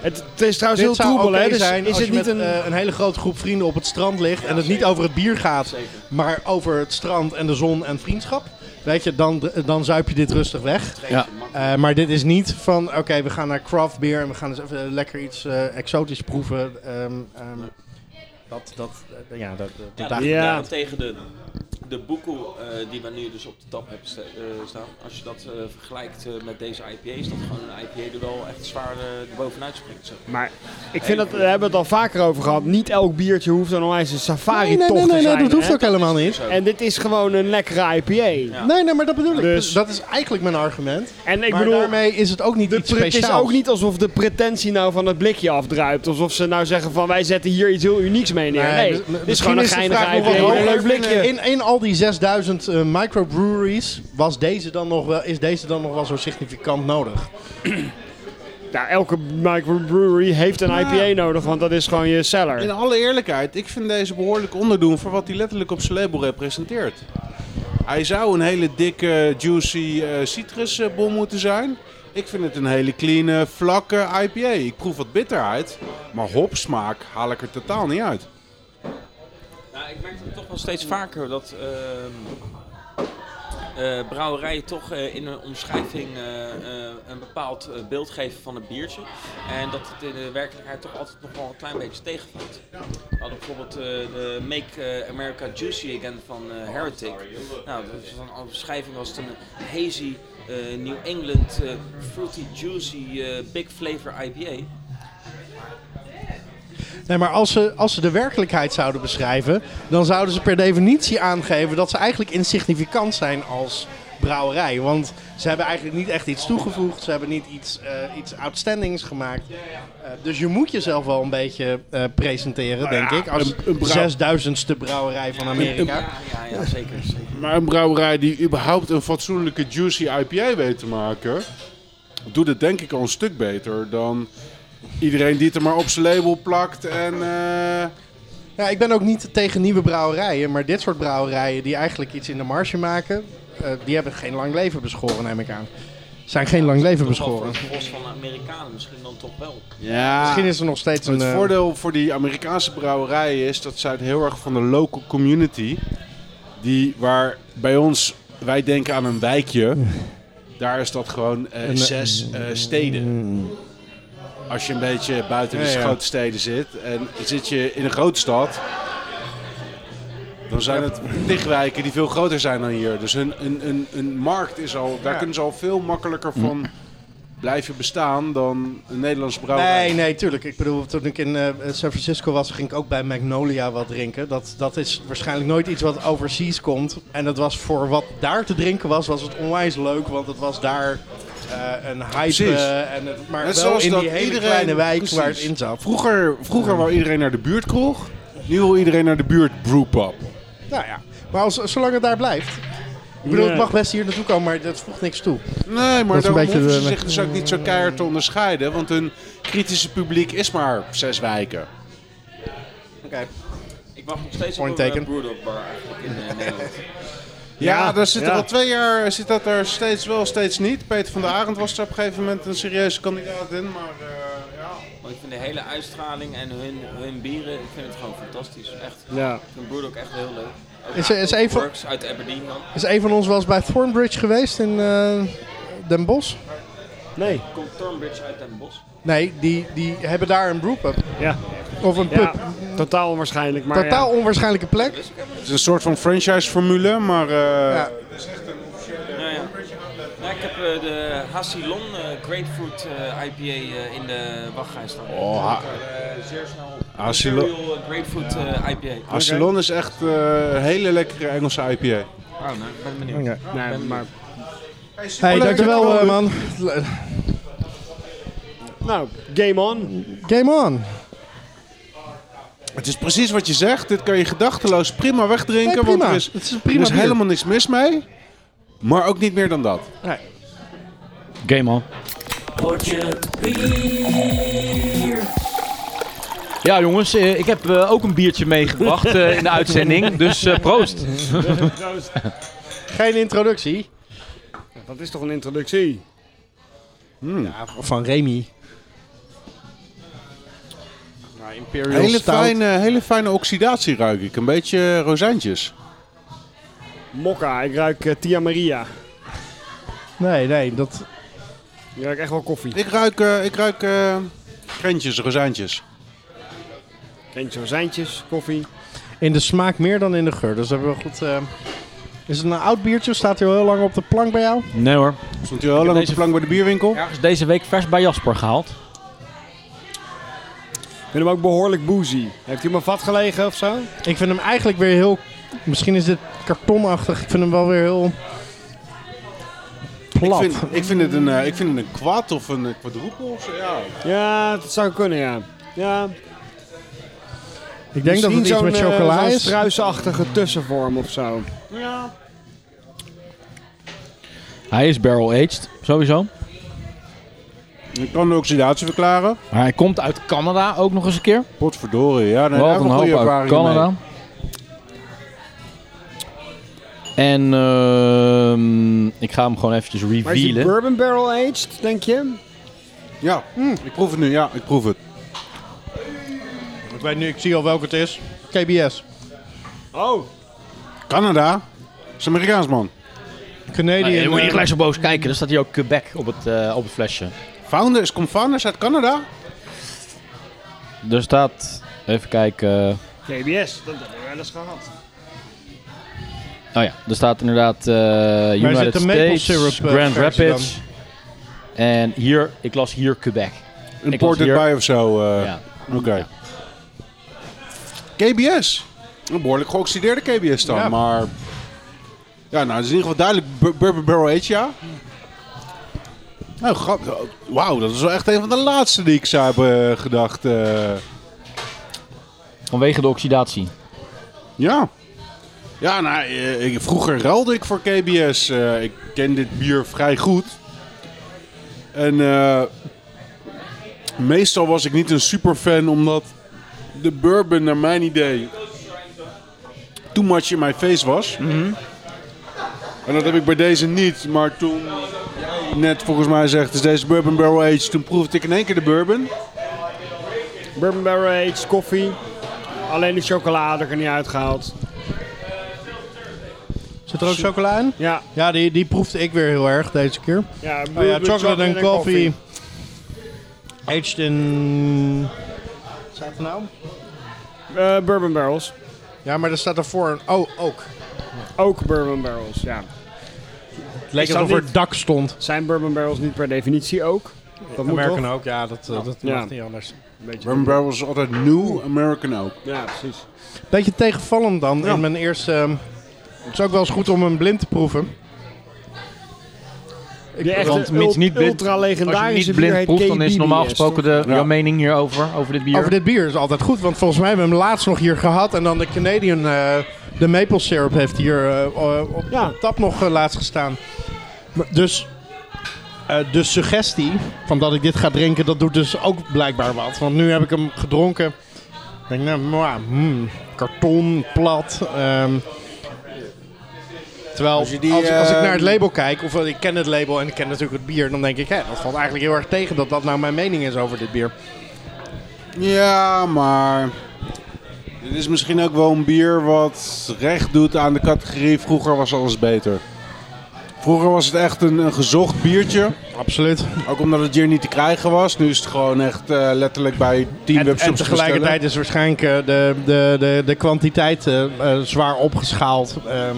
Het, het is trouwens
dit
heel
zou
troebel,
oké
hè. Dus
zijn
is
als
het
je
niet
met
een...
een... een hele grote groep vrienden op het strand ligt en het niet over het bier gaat, maar over het strand en de zon en vriendschap. Weet je, dan, eh, dan zuip je dit rustig weg.
Ja.
Eh, maar dit is niet van, oké, we gaan naar craft beer en we gaan eens even eh, lekker iets eh, exotisch proeven. Ehm, ehm, dat, dat, eh, ja, dat, dat-
ja,
daar-
Ja.
daarom tegen de, de boekel eh, die we nu dus op de tap hebben sta- eh, staan. Als je dat eh, vergelijkt eh, met deze IPA, is dat gewoon een IPA die wel echt zwaar eh, bovenuit springt. Zeg.
Maar ik vind dat, we hebben het al vaker over gehad. Niet elk biertje hoeft dan onwijs een safari-tocht
nee, nee, nee,
te zijn,
dat hoeft
hè.
ook helemaal niet.
Zo.
En dit is gewoon een lekkere IPA.
Nee, nee, maar dat bedoel ik.
Dus-
dat is eigenlijk mijn argument.
En ik
maar
bedoel,
daarmee is het ook niet
De
iets
pre- het is
speciaals.
ook niet alsof de pretentie nou van het blikje afdruipt. Alsof ze nou zeggen van wij zetten hier iets heel unieks mee neer. Nee,
m-
dit is
misschien
gewoon een
de
geinige
vraag nog
IPA.
wat
Een
hoger.
leuk blikje.
In, in al die 6000 eh, microbreweries was deze dan nog wel, is deze dan nog wel zo significant nodig.
Nou, elke microbrewery heeft een IPA nodig, want dat is gewoon je
In
cellar.
alle eerlijkheid, ik vind deze behoorlijk onderdoen voor wat hij letterlijk op zijn label representeert. Hij zou een hele dikke, juicy eh citrusbom moeten zijn. Ik vind het een hele clean, eh, vlakke IPA. Ik proef wat bitterheid, maar hopsmaak haal ik er totaal niet uit.
Nou, ik merk het toch wel steeds vaker dat ehm, eh, brouwerijen toch eh, in hun omschrijving eh, eh, een bepaald eh, beeld geven van een biertje. En dat het in de werkelijkheid toch altijd nog wel een klein beetje tegenvalt. We hadden bijvoorbeeld eh, de Make eh, America Juicy Again van eh, Heretic. Nou, dat was een omschrijving was het een hazy eh, New England eh, fruity juicy eh, big flavor IPA.
Nee, maar als ze, als ze de werkelijkheid zouden beschrijven, dan zouden ze per definitie aangeven dat ze eigenlijk insignificant zijn als brouwerij. Want ze hebben eigenlijk niet echt iets toegevoegd, ze hebben niet iets, eh, iets outstandings gemaakt. Eh, dus je moet jezelf wel een beetje eh, presenteren, denk ik, als
een brouw-
6000ste brouwerij van Amerika.
Ja, ja, ja zeker. zeker.
Maar een brouwerij die überhaupt een fatsoenlijke juicy IPA weet te maken, doet het denk ik al een stuk beter dan iedereen die het er maar op zijn label plakt. En eh,
Ja, ik ben ook niet tegen nieuwe brouwerijen, maar dit soort brouwerijen die eigenlijk iets in de marge maken, eh, die hebben geen lang leven beschoren, neem ik aan. Zijn geen lang leven
Toch wel voor
beschoren.
het gros van de Amerikanen misschien dan toch wel.
ja,
Misschien is er nog steeds een...
Het
eh,
voordeel voor die Amerikaanse brouwerijen is dat zij het heel erg van de local community. Die waar bij ons, wij denken aan een wijkje. Daar is dat gewoon eh, zes eh, steden. Als je een beetje buiten de
Ja, ja.
grote steden zit en zit je in een grote stad. Dan zijn het dichtwijken die veel groter zijn dan hier. Dus een, een, een, een markt is al, daar kunnen ze al veel makkelijker
Mm.
van blijven bestaan dan een Nederlandse brouwerij.
Nee, nee, tuurlijk. Ik bedoel, toen ik in eh, San Francisco was, ging ik ook bij Magnolia wat drinken. Dat, dat is waarschijnlijk nooit iets wat overseas komt. En dat was voor wat daar te drinken was, was het onwijs leuk. Want het was daar eh, een hype.
Precies.
eh, en het, maar
Net
wel
zoals
in die
dat
hele
iedereen-
kleine wijk
precies.
waar het in zat.
Vroeger, vroeger wou iedereen naar de buurt kroeg. Nu wil iedereen naar de buurt brewpub.
Nou ja, maar als, zolang het daar blijft. Ik bedoel, het mag best hier naartoe komen, maar dat voegt niks toe.
Nee, maar
is een
daarom
beetje
hoeven ze
de-
zich dus ook niet zo keihard te onderscheiden. Want hun kritische publiek is maar zes wijken.
Oké.
Ik wacht nog steeds
Point
op een
taken.
eh, Brewdog bar eigenlijk in eh, Nederland.
Ja, daar zit er
ja.
al twee jaar zit dat er steeds wel, steeds niet. Peter van der Arend was er op een gegeven moment een serieuze kandidaat in. Maar eh, ja.
Want ik vind de hele uitstraling en hun, hun bieren, ik vind het gewoon fantastisch. Echt.
Ja.
Ik vind Brewdog echt heel leuk. Ook
Is- is even-
Works uit Aberdeen dan.
Is een van ons wel eens bij Thornbridge geweest in eh, Den Bosch?
Nee.
Komt Thornbridge uit Den Bosch.
Nee, die, die hebben daar een brewpub.
Ja.
Of een pub.
ja. Totaal onwaarschijnlijk. Maar
Totaal onwaarschijnlijke plek.
Het is een soort van franchise-formule, maar... eh,
Ja.
Nou ja. Ja, ik heb eh, de Hasilon eh, Grapefruit eh, IPA eh, in de wachtrij staan.
Oh, ha-
Ik, eh, zeer snel.
Hasilon-
Imperial, eh, Grapefruit eh, IPA.
Arcelon is echt eh, een hele lekkere Engelse IPA.
Oh, nou, ik ben benieuwd.
Nee, maar...
Hey, dankjewel eh, man.
Nou, game on.
Game on.
Het is precies wat je zegt. Dit kan je gedachteloos prima wegdrinken.
Nee, prima.
Want er is,
Het is een prima
er is
bier.
helemaal niks mis mee. Maar ook niet meer dan dat.
Game on. Ja jongens, eh, ik heb eh, ook een biertje meegebracht eh, in de uitzending, dus eh, proost.
Geen introductie.
Dat is toch een introductie? Hmm.
Van Remy. Imperial
Hele
Stout.
fijne, hele fijne oxidatie ruik ik. Een beetje eh, rozijntjes.
Mokka, ik ruik eh, Tia Maria.
Nee, nee, dat...
Je ruikt echt wel koffie.
Ik ruik, eh ik ruik eh, krentjes, rozijntjes.
Eentje rozijntjes, koffie.
In de smaak meer dan in de geur, dus dat hebben we goed... eh, Is het een oud biertje? Staat hij al heel lang op de plank bij jou?
Nee hoor,
Stond u al lang op
deze-
de plank bij de bierwinkel?
ergens deze week vers bij Jasper gehaald.
Ik vind hem ook behoorlijk boozy. Heeft hij op een vat gelegen of zo?
Ik vind hem eigenlijk weer heel... Misschien is dit kartonachtig. Ik vind hem wel weer heel...
ik,
Plat.
vind, ik, vind het een, eh, ik vind het een kwad of een eh, quadruple. of zo, Ja.
Ja, dat zou kunnen, ja. Ja,
Ik denk dat het iets met chocola
Een
is.
eh, struisachtige tussenvorm of zo.
Hij is barrel aged, sowieso.
Ik kan de oxidatie verklaren.
Maar hij komt uit Canada ook nog eens een keer.
Potverdorie, ja. Nee, daar
Wat
heb
een
ik een
hoop
goede
uit
ervaring
Canada.
mee.
En ehm, ik ga hem gewoon eventjes
Maar is die
revealen.
bourbon barrel aged, denk je?
Ja, ik proef het nu. Ja, ik proef het.
Ik weet nu, ik zie al welke het is. KBS.
Oh.
Canada. is Amerikaans, man.
Canadian.
Nee, dan Ah, moet je niet
eh,
gelijk zo boos kijken. Er staat hier ook Quebec op het, eh, op het flesje.
Founders. Komt Founders uit Canada?
Er staat, even kijken.
KBS, dat hebben we wel eens gehad.
Oh ja, er staat inderdaad eh United
zit de maple
States,
syrup, eh,
Grand
versie
Rapids. En hier, ik las hier Quebec.
Imported
hier-
by of zo. eh,
Ja.
Oké. KBS. Een behoorlijk geoxideerde KBS dan,
Ja.
maar... Ja, nou, het is in ieder geval duidelijk Bur- Bourbon Barrel Age, ja. Nou, grappig. Wauw, dat is wel echt een van de laatste die ik zou hebben eh, gedacht. eh.
Vanwege de oxidatie.
ja. Ja, nou, eh, ik- vroeger ruilde ik voor KBS. eh, ik ken dit bier vrij goed. En eh, meestal was ik niet een superfan, omdat de bourbon naar mijn idee too much in my face was. En dat heb ik bij deze niet, maar toen jij net volgens mij zegt, is deze bourbon barrel aged, toen proefde ik in één keer de bourbon.
Bourbon barrel aged, koffie. Alleen de chocolade er niet uitgehaald.
Zit er ook chocola in?
Ja,
Ja, die, die proefde ik weer heel erg deze keer.
ja, bourbon,
Oh ja, chocolate en coffee. Aged in... Wat staat er nou?
Eh, bourbon barrels.
Ja, maar er staat ervoor een... Oh, ook.
Ook bourbon barrels, ja.
Het leek
alsof
alsof
er
er dak stond.
Zijn bourbon barrels niet per definitie ook? Dat moet toch?
American ook, ja, dat, eh, dat
Ja.
mag niet anders.
Een beetje-
Bourbon barrel is altijd new American ook.
Ja, precies.
Beetje tegenvallend dan
Ja.
in mijn eerste... ehm, het is ook wel eens goed om een blind te proeven.
De echte
want mits niet blind-
ultra
Als je
legendarische
niet blind proeft, dan is normaal gesproken de,
Ja.
jouw mening hierover, over dit bier.
Over dit bier is altijd goed, want volgens mij hebben we hem laatst nog hier gehad. En dan de Canadian, eh, de maple syrup heeft hier eh, o- op
Ja.
de tap nog eh, laatst gestaan. Maar- Dus eh, de suggestie van dat ik dit ga drinken, dat doet dus ook blijkbaar wat. Want nu heb ik hem gedronken. Ik denk, nou, mwah, mm, karton, plat. ehm. terwijl, als,
Als je die,
als, ik
eh,
naar het label kijk, of eh, ik ken het label en ik ken natuurlijk het bier, dan denk ik, hè, dat valt eigenlijk heel erg tegen dat dat nou mijn mening is over dit bier.
Ja, maar. Dit is misschien ook wel een bier wat recht doet aan de categorie. Vroeger was alles beter. Vroeger was het echt een, een gezocht biertje.
Absoluut.
Ook omdat het hier niet te krijgen was. Nu is het gewoon echt eh, letterlijk bij tien
En,
webshops
en tegelijkertijd is waarschijnlijk eh, de, de, de, de kwantiteit eh, eh, zwaar opgeschaald. Ehm,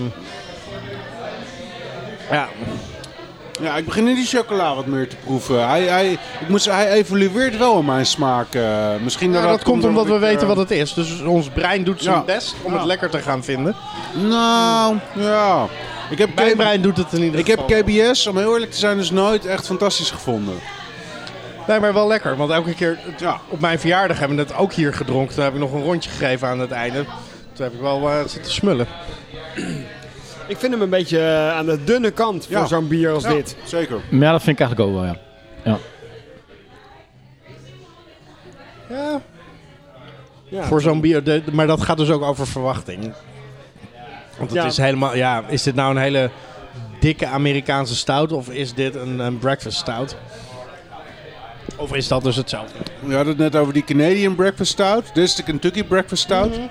ja,
te bestellen. Ja, ik begin in die chocola wat meer te proeven. Hij, hij, ik moet, zeggen, hij evolueert wel in mijn smaak. eh. misschien
Nou, dat komt omdat we weten wat
het.
het is. Dus ons brein doet zijn
Ja.
best om
Ja.
het lekker te gaan vinden.
Nou, ja. Ik heb
Mijn
K-
brein doet het in ieder
ik heb
geval.
KBS, om heel eerlijk te zijn, dus nooit echt fantastisch gevonden.
Nee, maar wel lekker. Want elke keer het-
Ja.
op mijn verjaardag hebben we het ook hier gedronken. Toen heb ik nog een rondje gegeven aan het einde. Toen heb ik wel eh, zitten smullen.
Ik vind hem een beetje eh, aan de dunne kant
Ja.
voor zo'n bier als
Ja,
dit.
Zeker.
Ja, dat vind ik eigenlijk ook wel, ja.
Ja,
Ja.
voor zo'n bier. De- de- maar dat gaat dus ook over verwachting. Want het
Ja.
is helemaal. Ja, is dit nou een hele dikke Amerikaanse stout of is dit een, een breakfast stout? Of is dat dus hetzelfde?
We hadden het net over die Canadian Breakfast Stout. Dit is de Kentucky Breakfast Stout.
Mhm.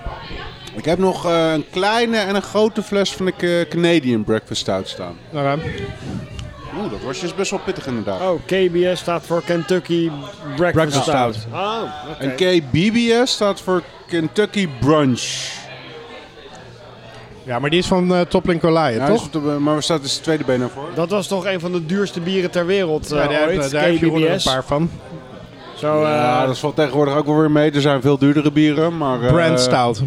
Ik heb nog eh, een kleine en een grote fles van de K- Canadian Breakfast Stout staan.
Nou,
Oeh, dat was dus best wel pittig inderdaad.
Oh, KBS staat voor Kentucky Breakfast,
Breakfast
Stout.
Stout.
Oh, oké.
En KBBS staat voor Kentucky Brunch.
Ja, maar die is van eh Toppling Collier,
Ja,
toch?
is op de- maar waar staat dus de tweede been naar voren?
Dat was toch een van de duurste bieren ter wereld eh,
Ja, daar heb,
ooit,
daar heb je er een
KBS.
paar van.
Zo, eh,
Ja, dat valt tegenwoordig ook wel weer mee. Er zijn veel duurdere bieren, maar... eh,
Brand stout.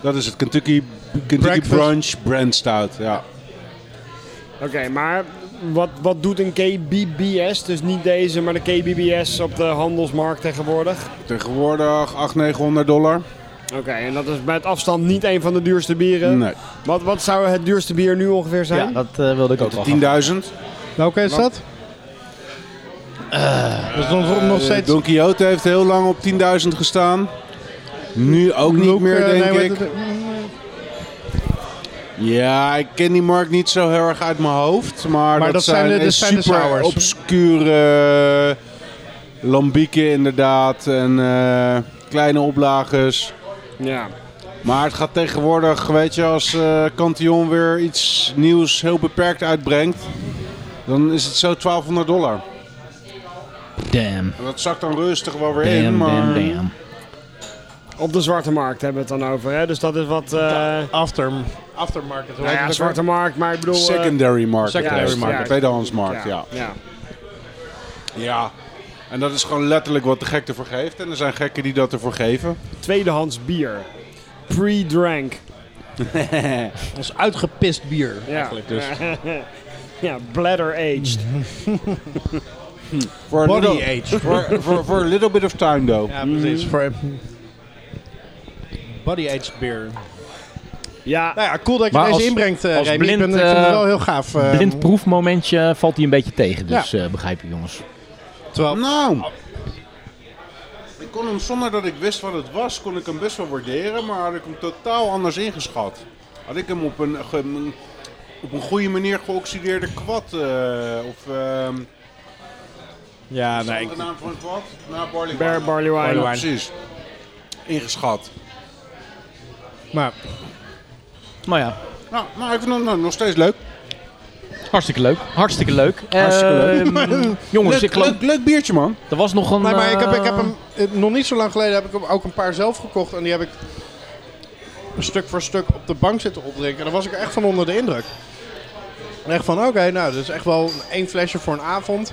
Dat is het, Kentucky, Kentucky
Breakfast.
Brunch Brand Stout, ja.
Oké, maar wat, wat doet een KBBS? Dus niet deze, maar de KBBS op de handelsmarkt tegenwoordig.
Tegenwoordig 800, 900 dollar.
Oké, en dat is met afstand niet een van de duurste bieren.
Nee,
Wat, wat zou het duurste bier nu ongeveer zijn?
Ja, dat eh, wilde ik ook wel.
10.000.
Welke is dat? Dus dan nog
Eh,
steeds...
Don Quixote heeft heel lang op 10.000 gestaan. Nu ook niet
Loek,
meer,
eh,
denk
nee, hoe
ik.
heet het? Mm,
Ja, ik ken die markt niet zo heel erg uit mijn hoofd. Maar, dat,
dat zijn
zijn,
de-
echt
dat zijn de
super
sours.
obscure eh, lambieken inderdaad. En eh, kleine oplages.
Ja.
Maar het gaat tegenwoordig, weet je, als eh Cantillon weer iets nieuws heel beperkt uitbrengt. Dan is het zo 1200 dollar.
Damn.
En dat zakt dan rustig wel weer in.
Damn,
Maar...
damn, damn.
Op de zwarte markt hebben we het dan over. Hè? Dus dat is wat. eh nou
After, aftermarket. hoe heet
ja,
het ook
zwarte markt, maar ik bedoel. eh,
Secondary market.
Secondary
Juist,
market.
ja, tweedehandsmarkt, ja.
ja. ja.
Ja. En dat is gewoon letterlijk wat de gek ervoor geeft. En er zijn gekken die dat ervoor geven.
Tweedehands bier. Pre-drank.
weer? Dat is uitgepist bier.
Ja.
dus.
ja, bladder aged.
For a
Body
little-
age.
For, for, for a little bit of time though.
Ja,
Mm.
precies. Voor- Body aged beer.
Ja,
Nou ja, cool dat je
Maar
deze
als-
inbrengt, eh
als
Remy. ik, ben,
blind,
ik vind het
eh,
wel heel gaaf. eh,
Blind proefmomentje valt hij een beetje tegen, dus eh, begrijp je jongens.
terwijl-
Nou. Ik kon hem zonder dat ik wist wat het was, kon ik hem best wel waarderen. Maar had ik hem totaal anders ingeschat. Had ik hem op een, ge- op een goede manier geoxideerde kwad. eh, of ehm
ja, nee.
wat de naam van het kwad? Nou, barley
Bear
wine.
Barley Wine.
Ja, precies. Ingeschat.
Maar
Nou ja,
Nou, maar ik vind hem nou nog steeds leuk.
hartstikke leuk. Hartstikke leuk. Ehm, jongens, ik
Leuk,
geloof,
leuk, leuk biertje, man.
er was nog een...
Nee, maar ik heb, ik heb
eh,
hem eh, nog niet zo lang geleden heb ik hem ook een paar zelf gekocht. En die heb ik stuk voor stuk op de bank zitten opdrinken. En daar was ik echt van onder de indruk. En echt van, oké, nou, dat is echt wel één flesje voor een avond.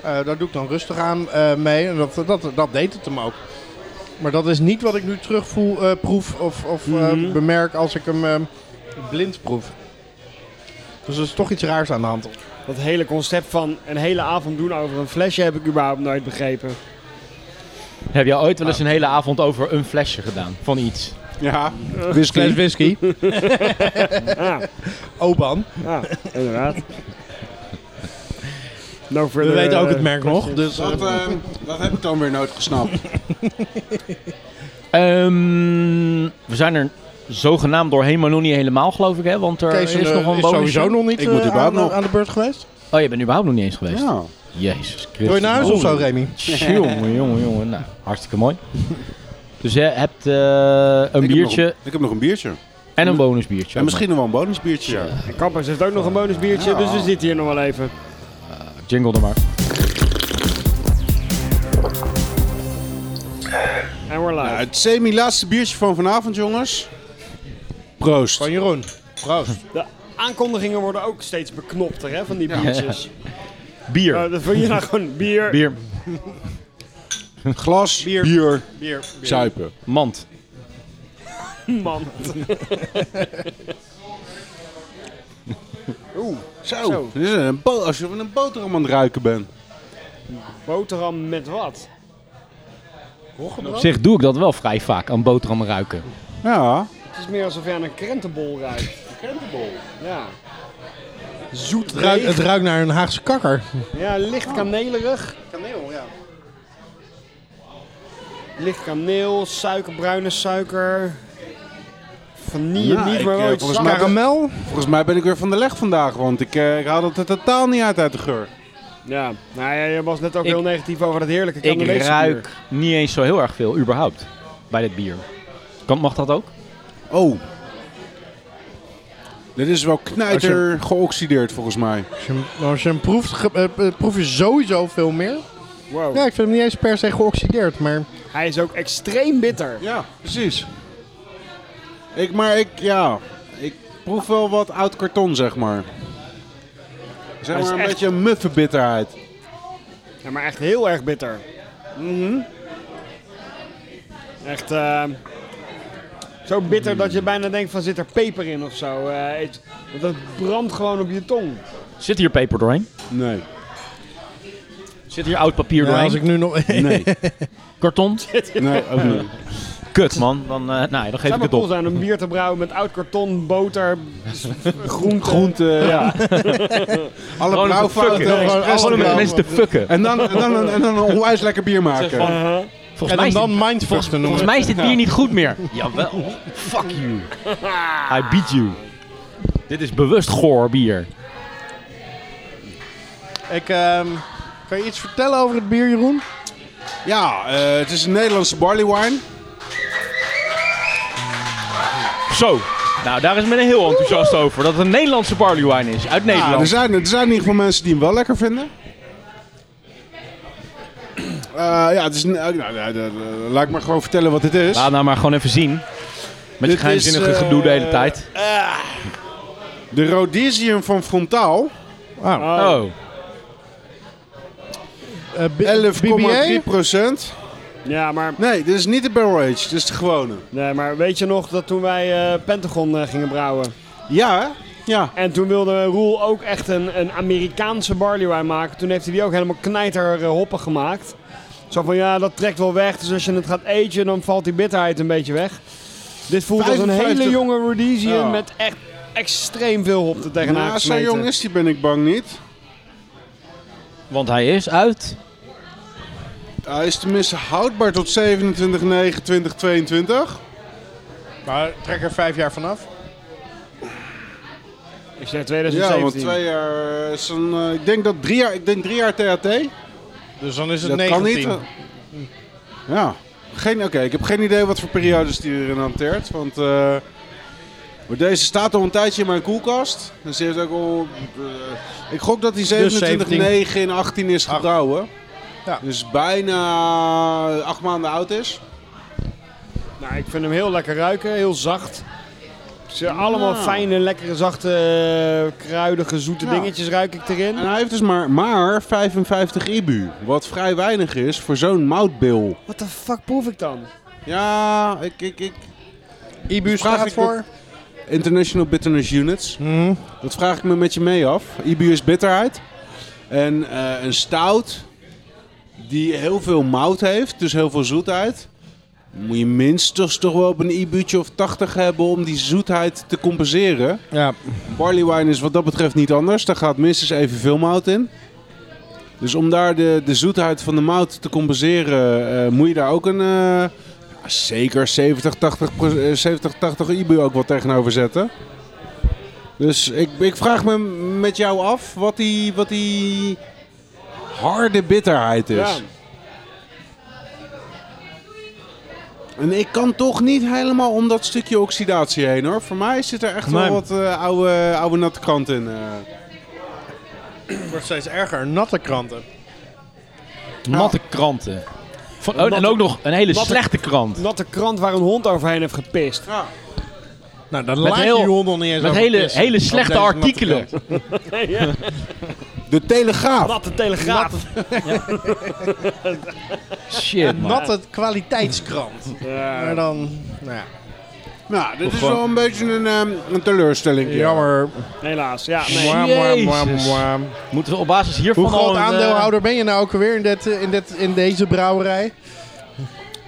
Eh, daar doe ik dan rustig aan eh, mee. En dat, dat, dat deed het hem ook. Maar dat is niet wat ik nu terugvoel, eh, proef of, of eh, bemerk als ik hem eh, blind proef. Dus er is toch iets raars aan de hand.
dat hele concept van een hele avond doen over een flesje heb ik überhaupt nooit begrepen.
Heb jij ooit wel eens een hele avond over een flesje gedaan van iets?
Ja, whisky.
whisky.
Ja,
Oban.
ja inderdaad. No
We
further,
weten ook het
eh,
merk nog. Dus, eh,
Dat, eh, dat heb ik dan weer nooit gesnapt.
Ehm, we zijn er zogenaamd doorheen, maar nog niet helemaal, geloof ik, hè? Want er
Kees eh,
is nog een bonus.
sowieso nog niet
Ik moet
eh,
überhaupt
aan,
nog.
aan de beurt geweest.
Oh, je bent überhaupt nog niet eens geweest.
Ja.
Jezus Christus.
Wil je naar huis of zo, Remy?
Jongen, jongen, jongen. Nou, hartstikke mooi. Dus je hebt eh, een
Ik heb nog
biertje
ik heb nog een biertje.
en een bonusbiertje.
En misschien nog wel een bonusbiertje. Ja.
En Kappers heeft ook nog een bonus biertje,
Ja.
dus we zitten hier nog wel even.
Nou, Jingle er maar.
En we're live.
Nou, het semi-laatste biertje van vanavond, jongens. Proost.
Van Jeroen. Proost.
De aankondigingen worden ook steeds beknopter hè, van die biertjes.
Bier.
Nou, dat vind je nou gewoon bier.
Bier.
Glas, bier,
Bier. bier.
zuipen.
Mand.
Man. Oeh,
Zo.
Zo.
Dit is een bo- als je van een boterham aan het ruiken bent.
boterham met wat?
Op zich doe ik dat wel vrij vaak, aan boterham ruiken.
Ja.
Het is meer alsof je aan een krentenbol ruikt. Een krentenbol? Ja. Zoet
Het, ruikt, het
deeg.
ruikt naar een Haagse kakker.
Ja, licht kanelerig.
Kaneel, ja.
Licht kaneel, suiker, bruine suiker. Vanille
Nou,
niet,
ik,
maar
eh,
wel iets
volgens mij-
zachter.
Karamel.
Volgens mij ben ik weer van de leg vandaag, want ik, eh, ik haal het er totaal niet uit uit de geur.
Ja, nou ja, je was net ook
Ik-
heel negatief over dat heerlijke
Ik
kanelees
ruik niet eens zo heel erg veel, überhaupt, bij dit bier. Kan, mag dat ook?
Oh. Dit is wel knijter geoxideerd, volgens mij.
Als je, hem- als je hem proeft, ge- eh, eh, proef je sowieso veel meer.
Wow.
Ja, ik vind hem niet eens per se geoxideerd, maar...
Hij is ook extreem bitter.
Ja, precies. Ik, maar ik, ja, ik proef wel wat oud karton, zeg maar. Zeg
Hij is
maar een
echt-
beetje een muffe bitterheid.
Ja, maar echt heel erg bitter. Mhm. Echt eh, zo bitter dat je bijna denkt van zit er peper in of zo. eh, iets- want dat brandt gewoon op je tong.
Zit hier peper doorheen?
Nee.
Zit hier oud papier
Ja,
doorheen?
als ik nu nog...
Nee.
Karton?
nee, ook niet.
kut man. Dan, eh, nou, ja, dan geef
Zou
ik
maar
het
cool
op.
zijn om bier te brouwen met oud karton, boter, s- groente.
Groente, ja. Alle
Gewoon om te
blauwfouten.
fucken.
gewoon alles
Gewoon om met
blauw.
mensen te fucken.
En dan, en, dan, en dan een onwijs lekker bier maken.
Volgens mij,
En
is dit,
dan mindfuck te
volgens
noemen.
mij is dit bier niet goed meer. Jawel. Fuck you. I beat you. Dit is bewust goor bier.
Ik, ehm, kan je iets vertellen over het bier, Jeroen?
Ja, eh, het is een Nederlandse barley wine.
Zo. Nou, daar is men heel enthousiast over. Dat het een Nederlandse barley wine is. Uit
Ja,
Nederland.
Ah, er, zijn, er zijn in ieder geval mensen die hem wel lekker vinden. Eh, ja, het is een, eh, nou, nou, nou, nou, laat ik maar gewoon vertellen wat dit is.
Laat nou maar gewoon even zien. Met je
Dit
geheimzinnige
is, eh,
gedoe de hele tijd.
De Rhodesium van Frontaal.
Oh.
Eh, B-
11,3
BBA?
procent.
Ja, maar,
Nee, dit is niet de barrel age. Dit is de gewone.
nee, maar weet je nog dat toen wij eh, Pentagon eh, gingen brouwen?
Ja, hè? Ja.
En toen wilde Roel ook echt een, een Amerikaanse barley wine maken. Toen heeft hij die ook helemaal knijter eh, hoppen gemaakt. Zo van ja, dat trekt wel weg. Dus als je het gaat agen, dan valt die bitterheid een beetje weg. Dit voelt als een
55.
hele jonge Rhodesian
Ja.
met echt extreem veel hop er tegenaan
Nou, zo
gesmeten.
jong is die ben ik bang niet.
Want hij is uit.
Hij is tenminste houdbaar tot 27, 9, 20, 22.
Maar trek er vijf jaar vanaf.
Ik zeg
Ja, want
2017.
twee jaar is een... eh, ik, denk dat drie jaar, ik denk drie jaar THT.
Dus dan is het
Dat
19.
kan niet. eh. Ja. Geen, Oké, ik heb geen idee wat voor periodes die erin hanteert. Want eh, maar deze staat al een tijdje in mijn koelkast. Dus die heeft ook al... eh, ik gok dat die 27,
17.
9 en 18 is getrouwen.
Ja.
Dus bijna acht maanden oud is.
Nou, ik vind hem heel lekker ruiken, heel zacht. Ze allemaal fijne, lekkere, zachte, eh, kruidige, zoete
Ja.
dingetjes ruik ik erin.
En hij heeft dus maar, maar 55 IBU. Wat vrij weinig is voor zo'n moutbil.
Wat de fuck proef ik dan?
Ja, ik... ik, ik
IBU
Vraag
staat
ik dat-
voor?
International Bitterness Units. Dat vraag ik me met je mee af. IBU is bitterheid. En eh, een stout die heel veel mout heeft, dus heel veel zoetheid. Moet je minstens toch wel op een IBU'tje of 80 hebben om die zoetheid te compenseren.
Ja.
Barley wine is wat dat betreft niet anders. Daar gaat minstens evenveel mout in. Dus om daar de, de zoetheid van de mout te compenseren, eh, moet je daar ook een eh, ja, zeker 70, 80, pro- eh, 70, 80 IBU ook wat tegenover zetten. Dus ik, ik vraag me met jou af wat die, wat die harde bitterheid is.
Ja.
En ik kan toch niet helemaal om dat stukje oxidatie heen hoor. Voor mij zit er echt
Nee.
wel wat eh, oude, oude natte krant in. eh.
Het wordt steeds erger. Natte kranten.
Natte kranten. Van, oh, en ook nog een hele
natte-
slechte krant.
Natte krant waar een hond overheen heeft gepist.
Nou, dan
Met
laat
heel-
je hond nog niet eens
Met
over
hele,
pissen.
hele
Op
slechte
deze natte
artikelen.
krant.
De Telegraaf.
Natte telegraaf.
Shit, man.
Natte kwaliteitskrant. Maar dan, nou ja.
Nou, dit is wel een beetje een, ehm, een teleurstelling.
Jammer.
Helaas, ja. Nee.
Mwah, mwah, mwah, mwah.
Moeten we op basis hiervan
Hoe groot
al een, eh,
aandeelhouder ben je nou ook alweer in, dit, eh, in, dit, in deze brouwerij?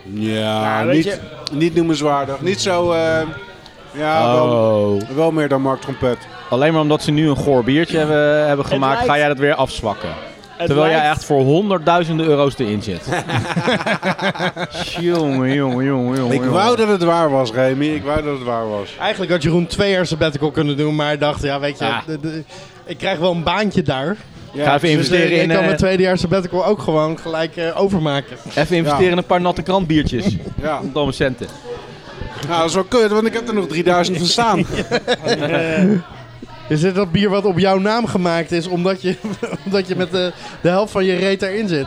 Ja,
Ja, weet
niet, niet noemenswaardig. Niet zo... ehm, ja, wel,
Oh.
wel meer dan Mark Trompet.
Alleen maar omdat ze nu een goor biertje hebben, hebben gemaakt,
lijkt-
ga jij dat weer afzwakken.
Het
Terwijl jij
lijkt-
echt voor honderdduizenden euro's erin zit. jongen, jongen, jongen, jongen.
Ik wou dat het waar was, Remy. Ik wou dat het waar was.
Eigenlijk had Jeroen twee jaar sabbatical kunnen doen, maar hij dacht, ja weet je,
Ja.
de- de- ik krijg wel een baantje daar.
Ga even investeren,
dus eh, ik
in,
kan
eh,
mijn tweede jaar sabbatical ook gewoon gelijk eh, overmaken.
even investeren in een paar natte krantbiertjes.
Ja.
Domme centen.
Nou, dat is wel kut, want ik heb er nog 3000 van staan.
Is dit dat bier wat op jouw naam gemaakt is, omdat je, omdat je met de, de helft van je reet erin zit?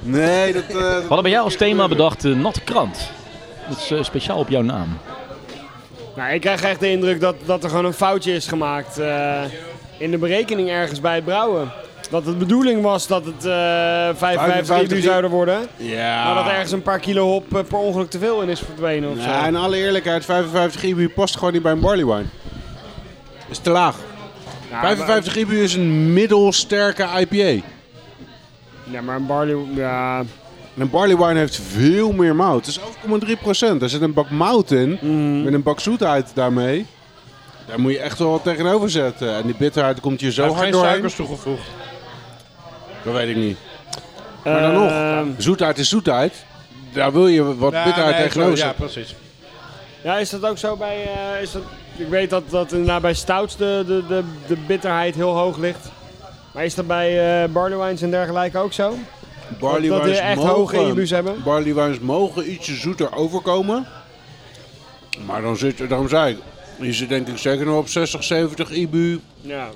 Nee, dat... eh,
We hadden bij jou als thema bedacht eh, natte krant. Dat is eh, speciaal op jouw naam.
Nou, ik krijg echt de indruk dat, dat er gewoon een foutje is gemaakt eh, in de berekening ergens bij het brouwen. Dat het bedoeling was dat het eh 55
55
IBU zouden worden.
Ah.
ja.
Maar dat ergens een paar kilo hop eh, per ongeluk te veel in is verdwenen of zo.
Ja, in alle eerlijkheid, 55 IBU past gewoon niet bij een barley wine. Is te laag.
Ja,
55 IBU is een middelsterke IPA.
maar- Ja, maar een barley... Ja,
En een barley wine heeft veel meer mout. Het is 11,3%. Daar zit een bak mout in.
Mhm.
Met een bak zoetheid daarmee. Daar moet je echt wel wat tegenover zetten. En die bitterheid komt hier zo
Hij heeft
hard
geen
doorheen.
suikers toegevoegd.
Dat weet ik niet. Maar dan nog.
eh,
Zoetheid is zoetheid. Daar wil je wat
Ja,
bitterheid
nee,
tegenover
zo, Ja,
zetten.
precies.
Ja, is dat ook zo bij... eh, is dat, ik weet dat, dat inderdaad bij stouts de, de, de, de bitterheid heel hoog ligt. Maar is dat bij eh barley wines en dergelijke ook zo?
Barley
dat die
wines
echt
mogen-
hoog in je buus hebben?
Barley wines mogen ietsje zoeter overkomen. Maar dan zit je, daarom zei ik, je zit denk ik zeker nog op 60, 70 IBU.
Ja.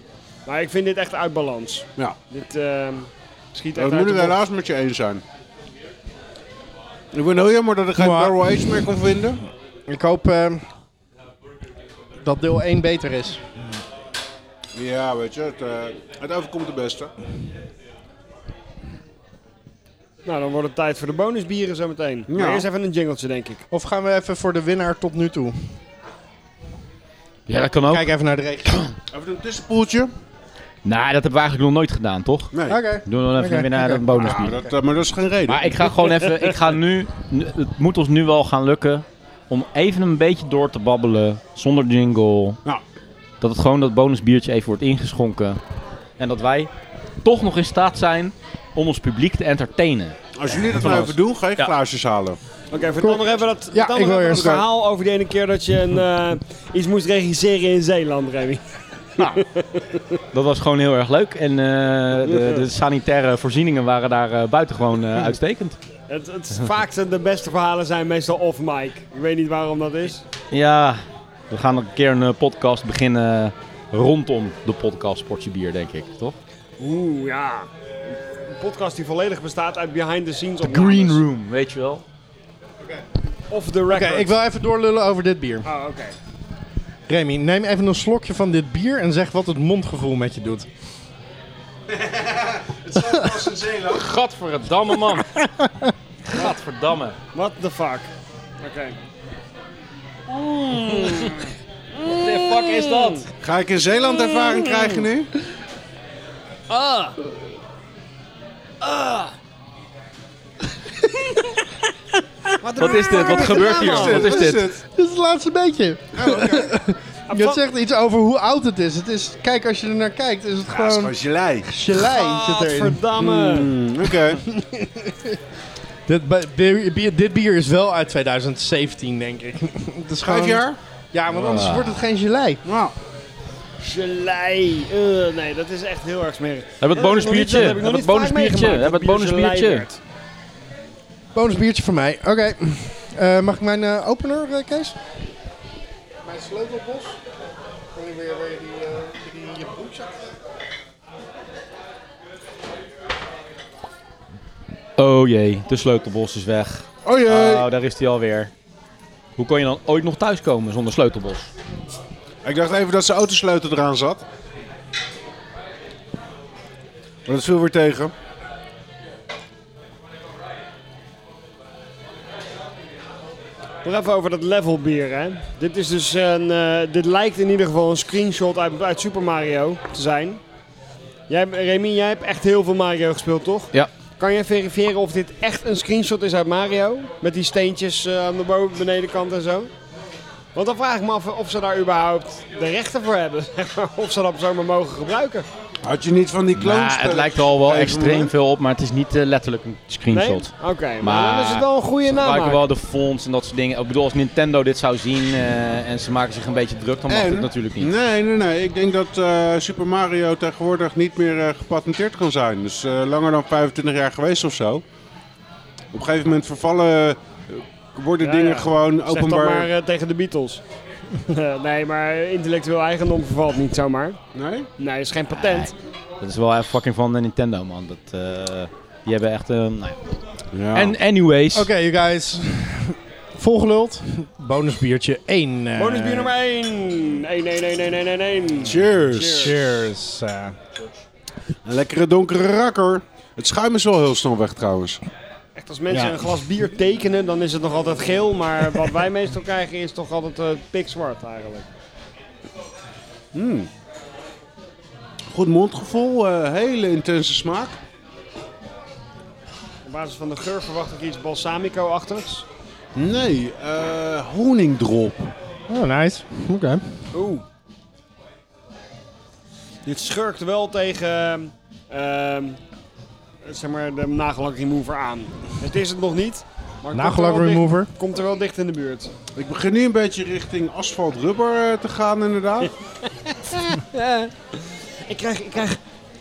Maar ik vind dit echt uit balans.
Ja,
Dit ehm, schiet
dat
echt
moet
uit
ik
de bocht.
helaas met je eens zijn. Ik vind het heel jammer dat ik geen
Maar-
barrel aged meer kon vinden.
Ik hoop eh, dat deel 1 beter is.
Ja, weet je, het, eh, het overkomt de beste.
Nou, dan wordt het tijd voor de bonusbieren zometeen.
Ja.
Maar eerst even een jingletje, denk ik.
Of gaan we even voor de winnaar tot nu toe?
Ja, dat kan ook.
Kijk even naar de regio.
Even een tussenpoeltje.
Nou, dat hebben we eigenlijk nog nooit gedaan, toch?
Nee,
Oké.
Doen we dan even
Oké,
weer naar
oké.
een bonus.
Ah, dat, eh, maar dat is geen reden.
Maar ik ga gewoon even, ik ga nu, nu- het moet ons nu wel gaan lukken om even een beetje door te babbelen, zonder jingle.
Ja.
Dat het gewoon dat bonusbiertje even wordt ingeschonken. En dat wij toch nog in staat zijn om ons publiek te entertainen.
Als jullie dat nou even doen, ga ik glaasjes halen.
Oké, vertel nog even dat, vertel
ik
nog
wil
even
eerst
dat verhaal over die ene keer dat je een, eh, iets moest regisseren in Zeeland, Remy.
Dat was gewoon heel erg leuk. En eh, de, de sanitaire voorzieningen waren daar eh, buitengewoon eh, uitstekend.
Het, het is vaak zijn de beste verhalen zijn meestal off-mic. Ik weet niet waarom dat is.
Ja, we gaan nog een keer een eh, podcast beginnen rondom de podcast Sportje Bier, denk ik, toch?
Oeh, ja. Een podcast die volledig bestaat uit behind-the-scenes
The Green Room, weet je wel.
Of the record.
Oké, ik wil even doorlullen over dit bier.
Ah, oké.
Remy, neem even een slokje van dit bier en zeg wat het mondgevoel met je doet.
Gadverdamme, man. Gadverdamme.
What the fuck? Oké.
What the fuck is dat?
Ga ik in Zeeland ervaring krijgen nu?
Wat is dit? Wat gebeurt hier? Wat is dit?
Dit is het laatste beetje. Je
wat-
zegt iets over hoe oud het is. Het is kijk, als je er naar kijkt, is het
Dat is
gewoon
gewoon gelei.
gelei zit erin.
Gadverdamme.
Oké.
Dit, bi- bier- bier- dit bier is wel uit 2017, denk ik. Het is
Vijf
gewoon-
jaar?
Ja, want anders wordt het geen gelei.
Nou,
Gelei. Eh, nee, dat is echt heel erg smerig.
Hebben we het bonusbiertje?
Dat heb
Hebben
ik nog
we
niet
het
vaak
bonusbiertje?
meegemaakt,
Hebben we het
dat bier gelei
bonusbiertje?
werd.
Bonus biertje voor mij. Oké. Eh, mag ik mijn eh, opener, eh, Kees? Mijn sleutelbos. Wil je weer, die, die, je
Oh jee, de sleutelbos is weg.
oh jee.
Oh, daar is hij alweer. Hoe kon je dan ooit nog thuiskomen zonder sleutelbos?
Ik dacht even dat zijn autosleutel eraan zat. Maar dat viel weer tegen.
Nog even over dat level bier, hè. Dit is dus een... eh, dit lijkt in ieder geval een screenshot uit, uit Super Mario te zijn. Jij, hebt- Remy, jij hebt echt heel veel Mario gespeeld, toch?
Ja.
Kan jij verifiëren of dit echt een screenshot is uit Mario? Met die steentjes eh, aan de boven, benedenkant en zo? Want dan vraag ik me af of ze daar überhaupt de rechten voor hebben. zeg maar, of ze dat zomaar mogen gebruiken.
Had je niet van die clones?
Maar Nou, het
spelen?
lijkt er al wel
Even
extreem
moment.
veel op, maar het is niet eh, letterlijk een
Nee?
screenshot.
Oké, maar dan is het wel een goede
Ze
naam.
gebruiken wel de fonts en dat soort dingen. Ik bedoel, als Nintendo dit zou zien eh, en ze maken zich een beetje druk, dan mag
En-
dit natuurlijk niet.
Nee, nee, nee. Ik denk dat eh, Super Mario tegenwoordig niet meer eh, gepatenteerd kan zijn. Dus eh, langer dan 25 jaar geweest of zo. Op een gegeven moment vervallen. eh, worden
Ja,
dingen
ja.
gewoon
Zeg dat
openbaar.
maar eh, tegen de Beatles. Eh, nee, maar intellectueel eigendom vervalt niet zomaar.
Nee?
Nee, dat is geen patent.
Dat is wel echt fucking van de Nintendo, man. Dat, eh, die hebben echt... eh, nou ja.
Ja.
En anyways,
Oké, you guys. Volgeluld. Bonus biertje eh, 1.
Bonus bier nummer 1. 1, 1, 1, 1, 1, 1, 1.
Cheers.
Cheers. eh.
Een lekkere donkere rakker. Het schuim is wel heel snel weg trouwens.
Echt, als mensen
Ja.
een glas bier tekenen, dan is het nog altijd geel. Maar wat wij meestal krijgen is toch altijd eh, pikzwart eigenlijk.
Goed mondgevoel, eh, hele intense smaak.
Op basis van de geur verwacht ik iets balsamico-achtigs.
Nee, eh, honingdrop.
Oh, nice. Oké.
Oeh. Dit schurkt wel tegen ehm, zeg maar de nagellak remover aan. Het is het nog niet. Maar het komt er wel
Nagellak remover.
dicht- komt er wel dicht in de buurt.
Ik begin nu een beetje richting asfalt-rubber eh, te gaan, inderdaad.
Ik krijg, ik krijg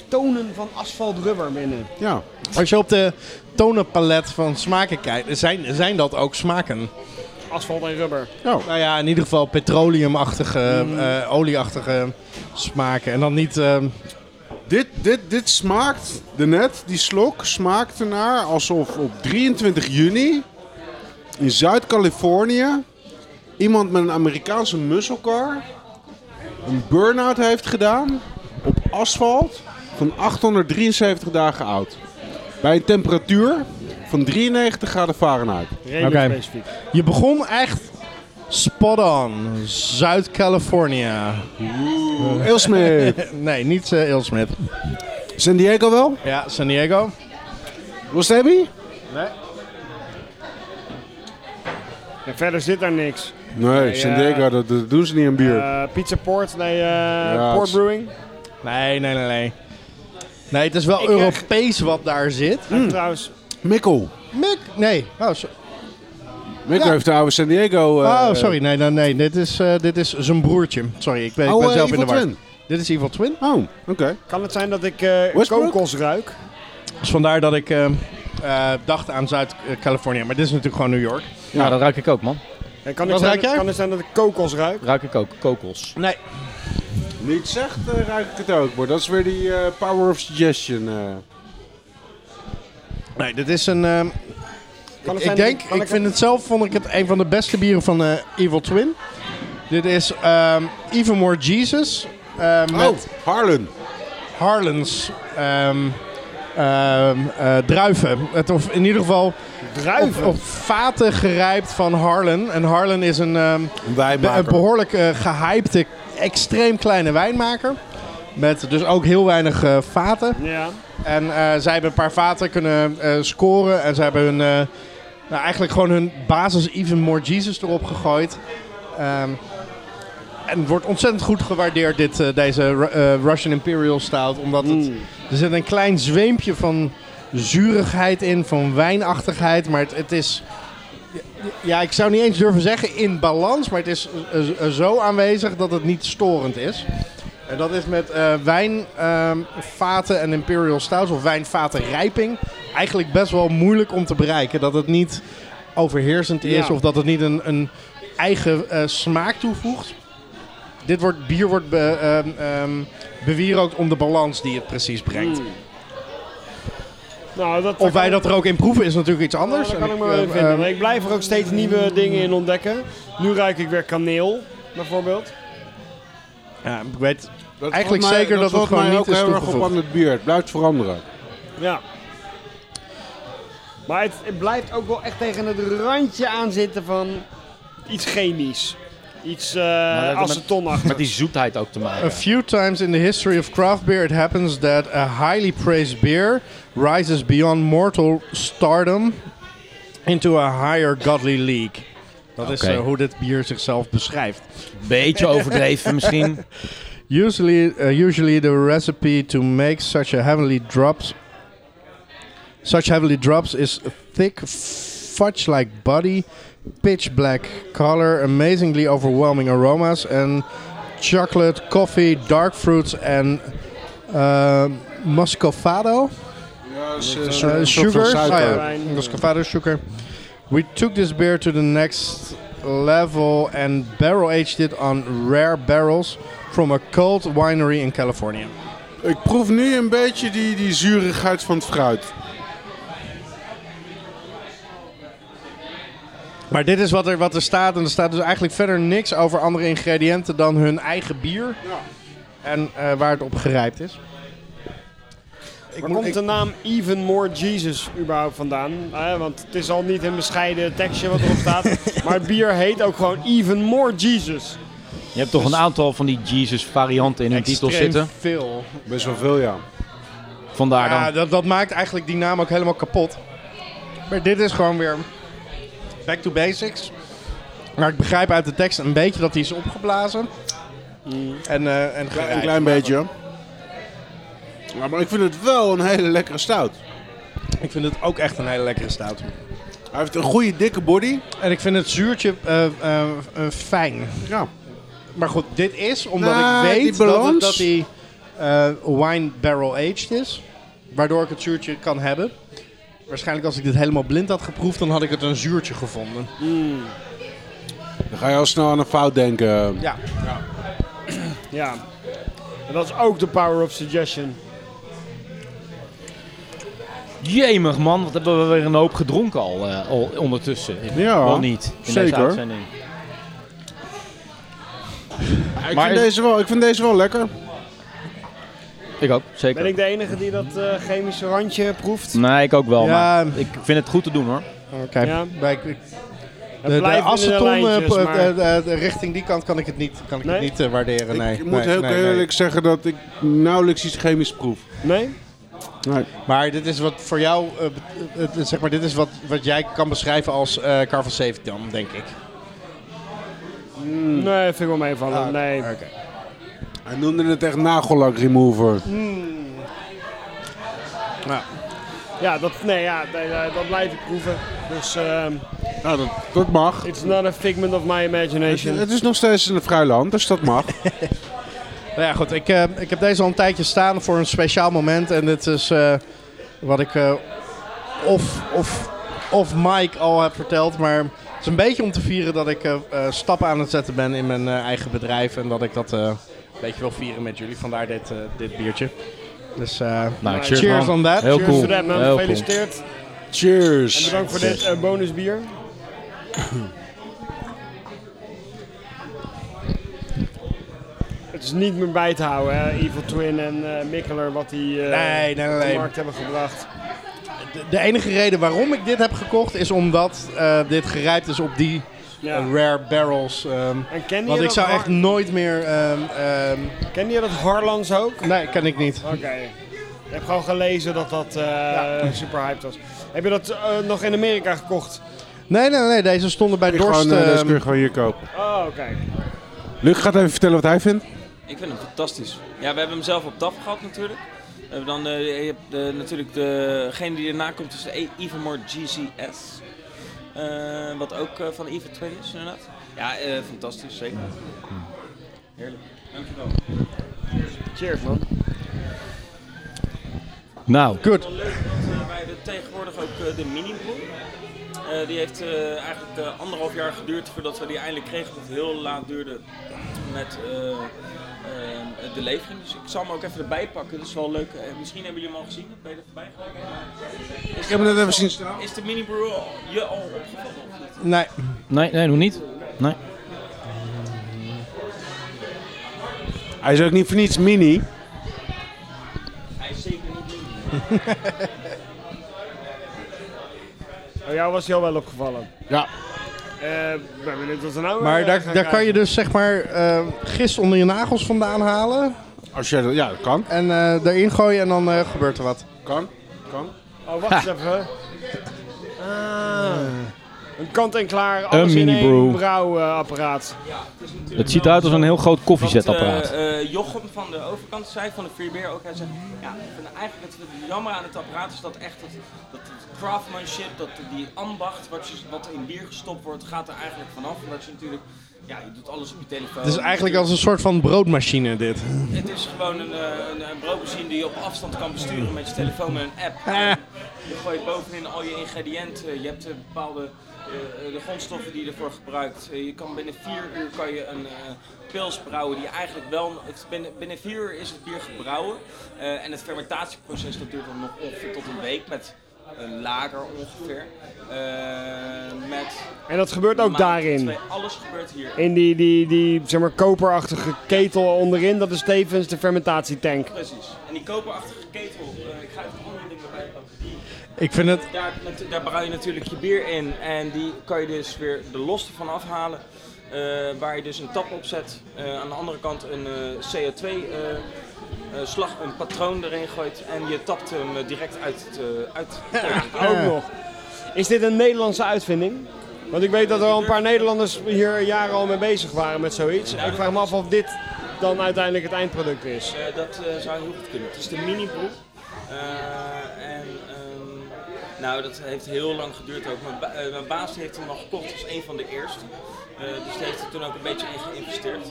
tonen van asfaltrubber binnen.
ja.
Als je op de tonenpalet van smaken kijkt, zijn, zijn dat ook smaken?
Asfalt en rubber.
Nou ja, in ieder geval petroleumachtige, eh, olieachtige smaken. En dan niet... ehm,
Dit, dit, dit smaakt, de net, die slok, smaakt ernaar alsof op 23 juni in Zuid-Californië iemand met een Amerikaanse musselcar een burn-out heeft gedaan op asfalt van 873 dagen oud. Bij een temperatuur van 93 graden Fahrenheit.
Redelijk
Oké.
specifiek.
je begon echt spot on. Zuid-California.
Elsmith,
nee, niet eh Ilsmith.
San Diego wel?
Ja, San Diego.
Was het heavy?
Ja, verder zit daar niks.
Nee,
San Diego,
dat, doen ze niet aan
Eh, pizza Port, nee, eh,
het
Port
is-
Brewing.
Nee, nee, nee, nee. Nee, het is wel
Ik krijg-
Europees wat daar zit.
En Trouwens,
Mikkel.
Mik? Nee. Oh, so-
Mikkel
Ja.
heeft de oude San Diego... eh,
oh, sorry. Nee, nee, nee. Dit is, eh, dit is zijn broertje. Sorry, ik ben, ik
Oude
ben zelf in de
Evil
war.
Twin.
Dit is Evil Twin.
Oh, oké.
kan het zijn dat ik eh,
Westbrook?
kokos ruik?
Dus vandaar dat ik eh, eh, dacht aan Zuid-Californië. Maar dit is natuurlijk gewoon New York.
Ja, Nou, dat ruik ik ook, man.
Eh, kan,
Wat
het zijn,
ruik jij?
kan het zijn dat ik kokos ruik?
Ruik ik ook. Kokos.
Nee.
Nu je het zegt, eh, ruik ik het ook. Maar dat is weer die eh, power of suggestion. eh.
Nee, dit is een... ehm,
Kan het
ik
zijn
denk,
dat- kan
ik vind het zelf, vond ik het een van de beste bieren van eh, Evil Twin. Dit is ehm Even More Jesus eh, met
Oh, Harlan.
Harlens ehm, ehm, eh, druiven. Het, of in ieder geval
Druiven?
Op, op vaten gerijpt van Harlan. En Harlan is een, ehm,
Een
be- een behoorlijk eh, gehypte, extreem kleine wijnmaker. Met dus ook heel weinig eh, vaten.
Ja.
En eh, zij hebben een paar vaten kunnen eh, scoren. En zij hebben hun, eh, nou, eigenlijk gewoon hun basis Even More Jesus erop gegooid. Ehm, en het wordt ontzettend goed gewaardeerd, dit, eh, deze Ru- eh, Russian Imperial Stout. Omdat het, er zit een klein zweempje van zurigheid in, van wijnachtigheid. Maar het, het is, ja, ik zou niet eens durven zeggen in balans. Maar het is eh, eh, zo aanwezig dat het niet storend is. En dat is met eh, wijnvaten en imperial stouts of wijnvatenrijping eigenlijk best wel moeilijk om te bereiken. Dat het niet overheersend is
Ja.
of dat het niet een, een eigen eh, smaak toevoegt. Dit wordt, bier wordt be, ehm, ehm, bewierookt om de balans die het precies brengt.
Nou, dat,
Of wij dat er ook in proeven is natuurlijk iets anders.
Ja, Nou, dat kan ik
En
me wel
eh,
in vinden.
ehm,
Maar ik blijf er ook steeds nieuwe dingen in ontdekken. Nu ruik ik weer kaneel, bijvoorbeeld.
ja, ik weet,
Dat
Eigenlijk
valt mij-
zeker dat het
valt mij
gewoon niet
ook
is
heel erg op
toegevoegd.
aan het bier. Het blijft veranderen.
Ja. Maar het, het blijft ook wel echt tegen het randje aan zitten van iets chemisch. Iets eh
dat- dat-
acetonachtig.
Met die zoetheid ook te
A
maken.
few times in the history of craft beer, it happens that a highly praised beer rises beyond mortal stardom into a higher godly league. Dat is
Oké.
eh, hoe dit bier zichzelf beschrijft.
Beetje overdreven misschien.
Usually, uh, usually the recipe to make such a heavenly drops, such heavenly drops is a thick, fudge-like body, pitch black color, amazingly overwhelming aromas, and chocolate, coffee, dark fruits, and uh, muscovado
Ja, is, eh,
uh,
soort- soort van
sugars. Oh,
suiker.
ja. Muscovado sugar. We took this beer to the next level and barrel aged it on rare barrels from a cold winery in California.
eh, Ik proef nu een beetje die, die zurigheid van het fruit.
Maar dit is wat er, wat er staat. En er staat dus eigenlijk verder niks over andere ingrediënten dan hun eigen bier. En eh, waar het op gerijpt is.
Waar komt de naam Even More Jesus überhaupt vandaan? Eh, want het is al niet een bescheiden tekstje wat erop staat. maar het bier heet ook gewoon Even More Jesus.
Je hebt toch een aantal van die Jesus-varianten in hun titel
Extreem
zitten.
veel.
Best wel veel, ja.
Vandaar
Ja,
dan.
dat, dat maakt eigenlijk die naam ook helemaal kapot. Maar dit is gewoon weer back to basics. Maar ik begrijp uit de tekst een beetje dat die is opgeblazen. En, eh, en
Klein-
gerijpt.
een klein beetje. Ja, maar ik vind het wel een hele lekkere stout.
Ik vind het ook echt een hele lekkere stout.
Hij heeft een goede dikke body.
En ik vind het zuurtje eh, eh, eh, fijn.
Ja.
Maar goed, dit is omdat
Nou,
ik
die
weet dat
balans.
het- dat die eh, wine barrel aged is. Waardoor ik het zuurtje kan hebben. Waarschijnlijk als ik dit helemaal blind had geproefd, dan had ik het een zuurtje gevonden.
Dan ga je al snel aan een fout denken.
Ja,
Ja. En dat is ook de power of suggestion.
Jemig man, wat hebben we weer een hoop gedronken al, eh, al ondertussen. In-
Ja,
Wel niet. In deze
zeker.
uitzending.
Ik,
Maar-
vind deze wel, ik vind deze wel lekker.
Ik ook, zeker.
Ben ik de enige die dat eh, chemische randje proeft?
Nee, ik ook wel.
Ja.
Maar ik vind het goed te doen hoor.
oké.
Ja.
Maar ik- ik-
Het
De, de
blijft in
aceton eh,
lijntjes,
eh,
maar-
eh, eh, richting die kant kan ik het niet, kan ik
Nee?
het niet eh, waarderen. Nee.
ik moet
nee,
heel
nee, nee.
eerlijk zeggen dat ik nauwelijks iets chemisch proef.
Nee?
Maar dit is wat voor jou, eh, bet- eh, eh, zeg maar, dit is wat, wat jij kan beschrijven als eh Car van Zeventam, denk ik.
Nee, vind ik wel meevallen.
Ah,
nee.
Oké.
Hij noemde het echt nagellak remover.
Ja, dat, nee, ja, nee, nee, dat blijf ik proeven. Dus ehm
Nou, dat, dat mag.
it's not a figment of my
Het,
imagination.
het is nog steeds een vrij land, dus dat mag.
Nou ja, goed. Ik, eh, ik heb deze al een tijdje staan voor een speciaal moment. En dit is eh, wat ik eh, of, of, of Mike al heb verteld. Maar het is een beetje om te vieren dat ik eh, eh, stappen aan het zetten ben in mijn eh, eigen bedrijf. En dat ik dat eh, een beetje wil vieren met jullie. Vandaar dit, eh, dit biertje. Dus eh,
Nou,
Nice.
cheers,
cheers
man.
on that.
Heel
Cheers
cool.
to that, man.
Heel cool.
Gefeliciteerd. En
Cheers.
bedankt voor dit eh, bonusbier. Het is niet meer bij te houden, hè? Evil Twin en eh, Mikkeler, wat die eh
Nee, nee, nee,
op de
nee.
markt hebben gebracht.
De, de enige reden waarom ik dit heb gekocht is omdat eh, dit gerijpt is op die
Ja.
eh, rare barrels. ehm.
En ken je,
want
dat
ik zou
Har-
echt nooit meer... ehm, ehm,
ken je dat Harlands ook?
nee, kan ik niet.
Oké. Je hebt gewoon gelezen dat dat eh, super hyped was. Heb je dat eh, nog in Amerika gekocht?
Nee, nee, nee. Deze stonden bij
Ik
Dorst.
gewoon, eh, deze
ehm,
kun je gewoon hier kopen.
Oh, kijk.
Luc gaat even vertellen wat hij vindt.
Ik vind hem fantastisch. Ja, we hebben hem zelf op DAF gehad natuurlijk. We hebben dan eh, je hebt, eh, natuurlijk degene die erna komt is de E- Evermore GCS. Eh, wat ook eh, van Evil Twin is inderdaad. Ja, eh, fantastisch, zeker. Heerlijk. Dankjewel.
Cheers, man.
Nou,
Goed.
Wel leuk dat eh, wij hebben tegenwoordig ook eh, de mini Eh Die heeft eh, eigenlijk eh, anderhalf jaar geduurd voordat we die eindelijk kregen. Dat het heel laat duurde met eh, eh, de levering. Dus ik zal hem ook even erbij pakken. Dat is wel leuk. Eh, misschien hebben jullie hem al gezien. Ben je er voorbij gekomen? Is,
Ik heb hem net even zien staan.
is de mini brew al- je al opgevallen? of niet?
Nee.
nee, nee, nog niet. Nee.
Hij is ook niet voor niets mini.
Hij is zeker niet mini.
Oh, jou was hij al wel opgevallen.
Ja.
Eh, Ik ben benieuwd wat er nou
Maar
eh,
daar,
gaan
daar kan je
krijgen.
dus zeg maar eh, gist onder je nagels vandaan halen.
Als jij dat, ja, dat kan.
En eh erin gooien en dan eh, gebeurt er wat.
Kan. Kan.
Oh, wacht eens even. Ah. Een kant-en-klaar, alles in
mini-brew.
één brouwapparaat.
Het ziet eruit als een heel groot koffiezetapparaat.
Wat, eh, eh, Jochem van de overkant zei van de Free Beer ook, hij zegt, ja, ik vind eigenlijk het jammer aan het apparaat is dat echt dat, dat het craftsmanship, dat die ambacht wat, je, wat in bier gestopt wordt, gaat er eigenlijk vanaf. Omdat je natuurlijk, ja, je doet alles op je telefoon.
Het is eigenlijk als een soort van broodmachine dit.
Het is gewoon een, eh, een, een broodmachine die je op afstand kan besturen met je telefoon met een app.
Ah.
En Je gooit bovenin al je ingrediënten. Je hebt eh, bepaalde eh, eh, de grondstoffen die je ervoor gebruikt. Eh, je kan binnen vier uur kan je een eh, pils brouwen die eigenlijk wel... Het, binnen, binnen vier uur is het bier gebrouwen. Eh, en het fermentatieproces dat duurt dan nog ongeveer tot een week met een lager ongeveer. Eh, met
En dat gebeurt ook
maand,
daarin.
twee. Alles gebeurt hier.
In die, die, die zeg maar, koperachtige ketel onderin, dat is tevens de fermentatietank.
Precies. En die koperachtige ketel, eh, ik ga even andere dingen erbij pakken. Die
Ik vind het...
Daar, nat- daar brouw je natuurlijk je bier in en die kan je dus weer de losse van afhalen. eh, waar je dus een tap op zet. Eh, aan de andere kant een CO2 eh, eh, slag, een patroon erin gooit en je tapt hem eh, direct uit, het, eh, uit de tank.
Ook nog. Is dit een Nederlandse uitvinding? Want ik weet dat er al een paar Nederlanders hier jaren al mee bezig waren met zoiets. Ik vraag me af of dit dan uiteindelijk het eindproduct is.
Eh, dat eh, zou heel goed kunnen. Het is de mini-broek. Eh, en ehm, nou, dat heeft heel lang geduurd ook. Mijn, ba- eh, mijn baas heeft hem al gekocht als een van de eerste. Eh, dus die heeft er toen ook een beetje in geïnvesteerd.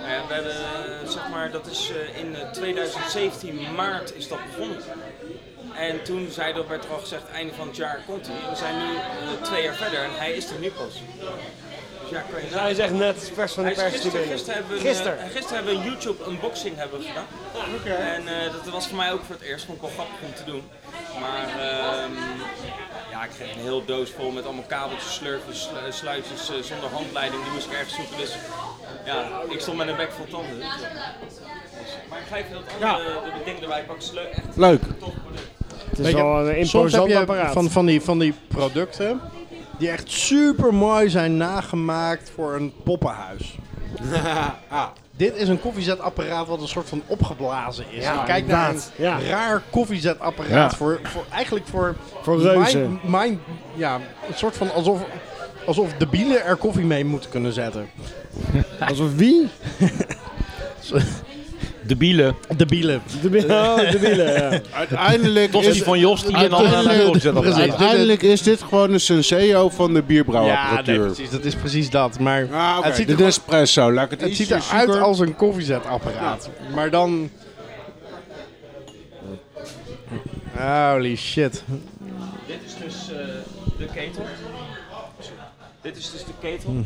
Nou ja, we hebben, eh, zeg maar, dat is eh, in eh, 2017 maart is dat begonnen. En toen zei er, werd er al gezegd, einde van het jaar komt hij. En we zijn nu eh, twee jaar verder en hij is er nu pas. Dus ja, kan je
Hij
nagaan.
is echt net vers van de
Hij is
pers. die
Gisteren,
binnen.
gisteren, hebben we een,
Gisteren.
eh, gisteren hebben we een YouTube unboxing hebben we gedaan. En eh, dat was voor mij ook voor het eerst. Vond ik wel grappig om te doen. Maar ehm, ja, ik kreeg een heel doos vol met allemaal kabeltjes, slurfjes, slu- eh, sluitjes eh, zonder handleiding. Die moest ik ergens zoeken. Dus ja, ik stond met een bek vol tanden. Dus, eh, Maar ik ga even dat andere eh, ding erbij pakken. Het is leuk, echt
Leuk.
een tof product.
Het is
Weet je,
wel een
Soms heb
eh, imposant
je
apparaat.
van, van, die, van die producten die echt super mooi zijn nagemaakt voor een poppenhuis. Dit is een koffiezetapparaat wat een soort van opgeblazen is.
Ja,
Je Kijk naar een
inderdaad. Ja.
raar koffiezetapparaat
Ja.
voor, voor eigenlijk voor,
Voor reuzen.
Mijn, mijn- ja, een soort van alsof, alsof de bielen er koffie mee moeten kunnen zetten.
Alsof wie?
De bielen.
De bielen.
De, bi- oh, de wielen, ja.
Uiteindelijk
Los
is,
die van Jos die een ander naar de
uiteindelijk,
kop zet.
precies.
uiteindelijk is dit gewoon een senseo van de
Ja, nee,
bierbrouwapparatuur.
precies. Dat is precies dat. Maar
Ah, oké,
het ziet
de
er gewoon-
Nespresso, laat ik het
Het
ietsje
ziet eruit
zoeken.
als een koffiezetapparaat. Maar dan. Holy shit.
Dit is dus eh, de ketel. Dit is dus de ketel.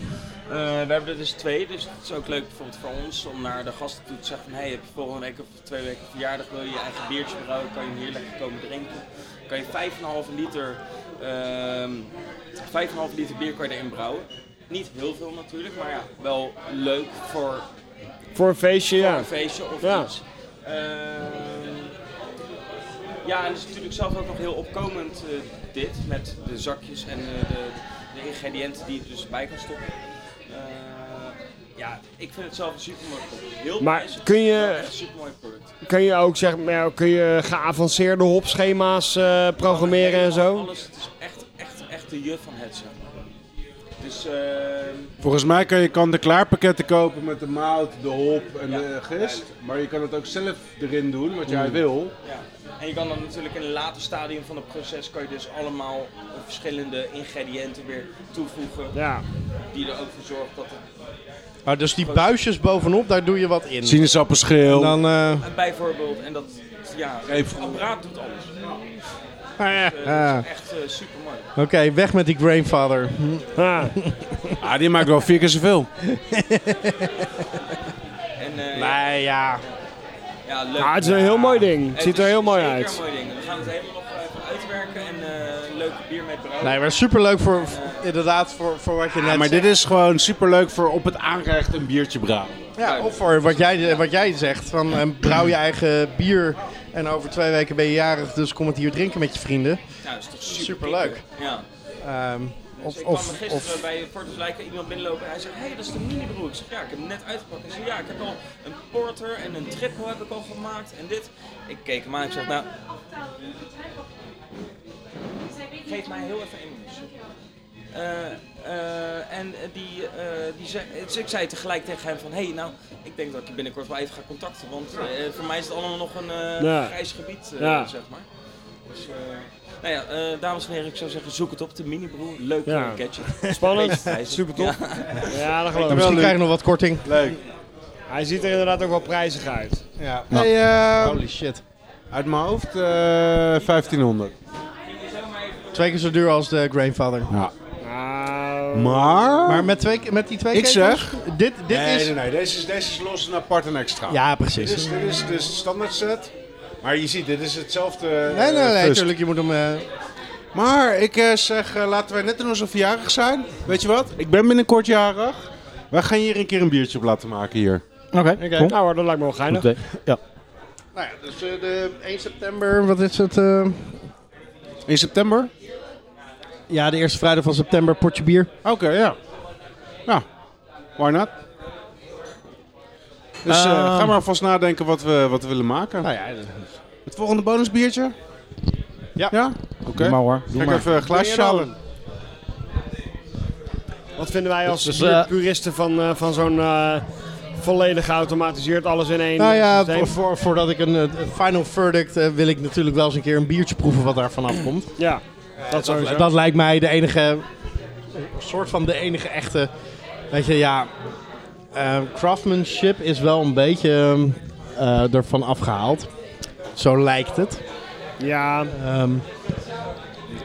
Eh, we hebben er dus twee, dus het is ook leuk bijvoorbeeld voor ons om naar de gasten toe te zeggen van hey, heb je volgende week of twee weken verjaardag, wil je je eigen biertje brouwen, kan je hier lekker komen drinken. Kan je 5,5 liter, ehm 5,5 liter bier kan je erin brouwen. Niet heel veel natuurlijk, maar ja, wel leuk voor
Voor een feestje,
voor
ja.
een feestje of
Ja.
iets. Ehm, ja, en het is natuurlijk zelf ook nog heel opkomend eh, dit met de zakjes en eh, de, de ingrediënten die je er dus bij kan stoppen. Eh, ja, ik vind het zelf een super mooi product. Heel
Maar
prijzig,
kun je-
maar echt een super mooi product.
Kun je ook zeg, maar, kun je geavanceerde hopschema's eh, programmeren en zo?
Alles, het is echt, echt, echt de juf van het zeg maar. Dus ehm,
Volgens mij kan je kant-en-klaar pakketten kopen met de mout, de hop en
Ja,
de gist. Maar je kan het ook zelf erin doen, wat jij wil.
Ja, en je kan dan natuurlijk in een later stadium van het proces kan je dus allemaal eh, verschillende ingrediënten weer toevoegen.
Ja.
Die er ook voor zorgt dat het
Ah, dus die buisjes bovenop, daar doe je wat in. En
Sinaasappelschil.
dan, eh,
eh, bijvoorbeeld, en dat, ja, het apparaat doet alles. Eh,
ah,
dat is echt super mooi.
Oké, weg met die grandfather.
Ah,
Ah, die maakt wel vier keer zoveel.
En, eh,
Nee, ja.
ja, leuk.
ah, het is een heel mooi ding. Het ziet er
is
heel mooi
zeker
uit.
een mooi ding. We gaan het helemaal nog even uitwerken en eh, een leuke bier mee brouwen.
Nee, maar superleuk voor, inderdaad, voor, voor wat je net
maar
zegt.
dit is gewoon superleuk voor op het aanrecht een biertje brouwen.
Ja, of voor wat jij, wat jij zegt, van eh, brouw je eigen bier en over twee weken ben je jarig, dus kom het hier drinken met je vrienden.
Nou, dat is toch super
Superleuk.
Ja.
Ehm,
Dus
of,
ik kwam er
of,
gisteren
of,
bij Fortis Lijken iemand binnenlopen en hij zei, hé, hey, dat is de minibroer. Ik zeg, ja, ik heb hem net uitgepakt. Hij zei, ja, ik heb al een porter en een triple heb ik al gemaakt en dit. Ik keek hem aan en ik zeg, nou... Geef mij heel even impuls. Eh, eh, en die, eh, die zei, dus ik zei tegelijk tegen hem van, hé, hey, nou, ik denk dat ik je binnenkort wel even ga contacten, want eh, voor mij is het allemaal nog een eh,
Ja.
grijs gebied, eh,
Ja.
zeg maar. Dus, eh, nou ja, eh, dames en heren, ik zou zeggen, zoek het op, de minibroer. Leuk
Ja.
eh, gadget.
Spannend.
Super tof.
Ja, dat geloof
misschien
ik.
krijg je nog wat korting.
Leuk.
Hij ziet er inderdaad ook wel prijzig uit.
Ja.
Hey, eh,
Holy shit.
uit mijn hoofd eh, 1500.
Twee keer zo duur als de Grandfather.
Nou,
Maar...
Maar met, twee, met die twee
Ik
ketels?
zeg-
Dit, dit
nee,
is...
nee, nee. Deze is, deze is los en apart en extra.
Ja,
Dit
precies.
is, dit is de standaard set. Maar je ziet, dit is hetzelfde. eh,
Nee, nee, nee,
fusk.
natuurlijk. Je moet hem... eh,
Maar ik eh, zeg, eh, laten wij net in onze verjaardag zijn. Weet je wat? Ik ben binnenkort jarig. Wij gaan hier een keer een biertje op laten maken hier.
Oké, kom.
nou hoor, dat lijkt me wel geinig.
Ja.
Nou ja, dus eh, de 1 september, wat is het? eh?
In september?
Ja, de eerste vrijdag van september, potje bier.
Oké, ja. Ja, why not? Dus eh,
Ehm.
ga maar vast nadenken wat we, wat we willen maken.
Nou ja,
Het volgende bonusbiertje?
Ja.
Ja? Oké.
Doe maar hoor. Doe
Ga ik
maar.
even een glaasje
Doe je dan?
halen.
Wat vinden wij als
Dus,
puur-
eh,
puristen van, eh, van zo'n eh, volledig geautomatiseerd alles in één
Nou ja,
systeem?
voor, voor- voordat ik een eh, final verdict eh, wil ik natuurlijk wel eens een keer een biertje proeven wat daarvan afkomt.
ja, dat sowieso.
Dat, dat lijkt mij de enige, eh, soort van de enige echte, weet je, ja, eh, craftsmanship is wel een beetje eh, ervan afgehaald. Zo lijkt het.
ja,
Ehm,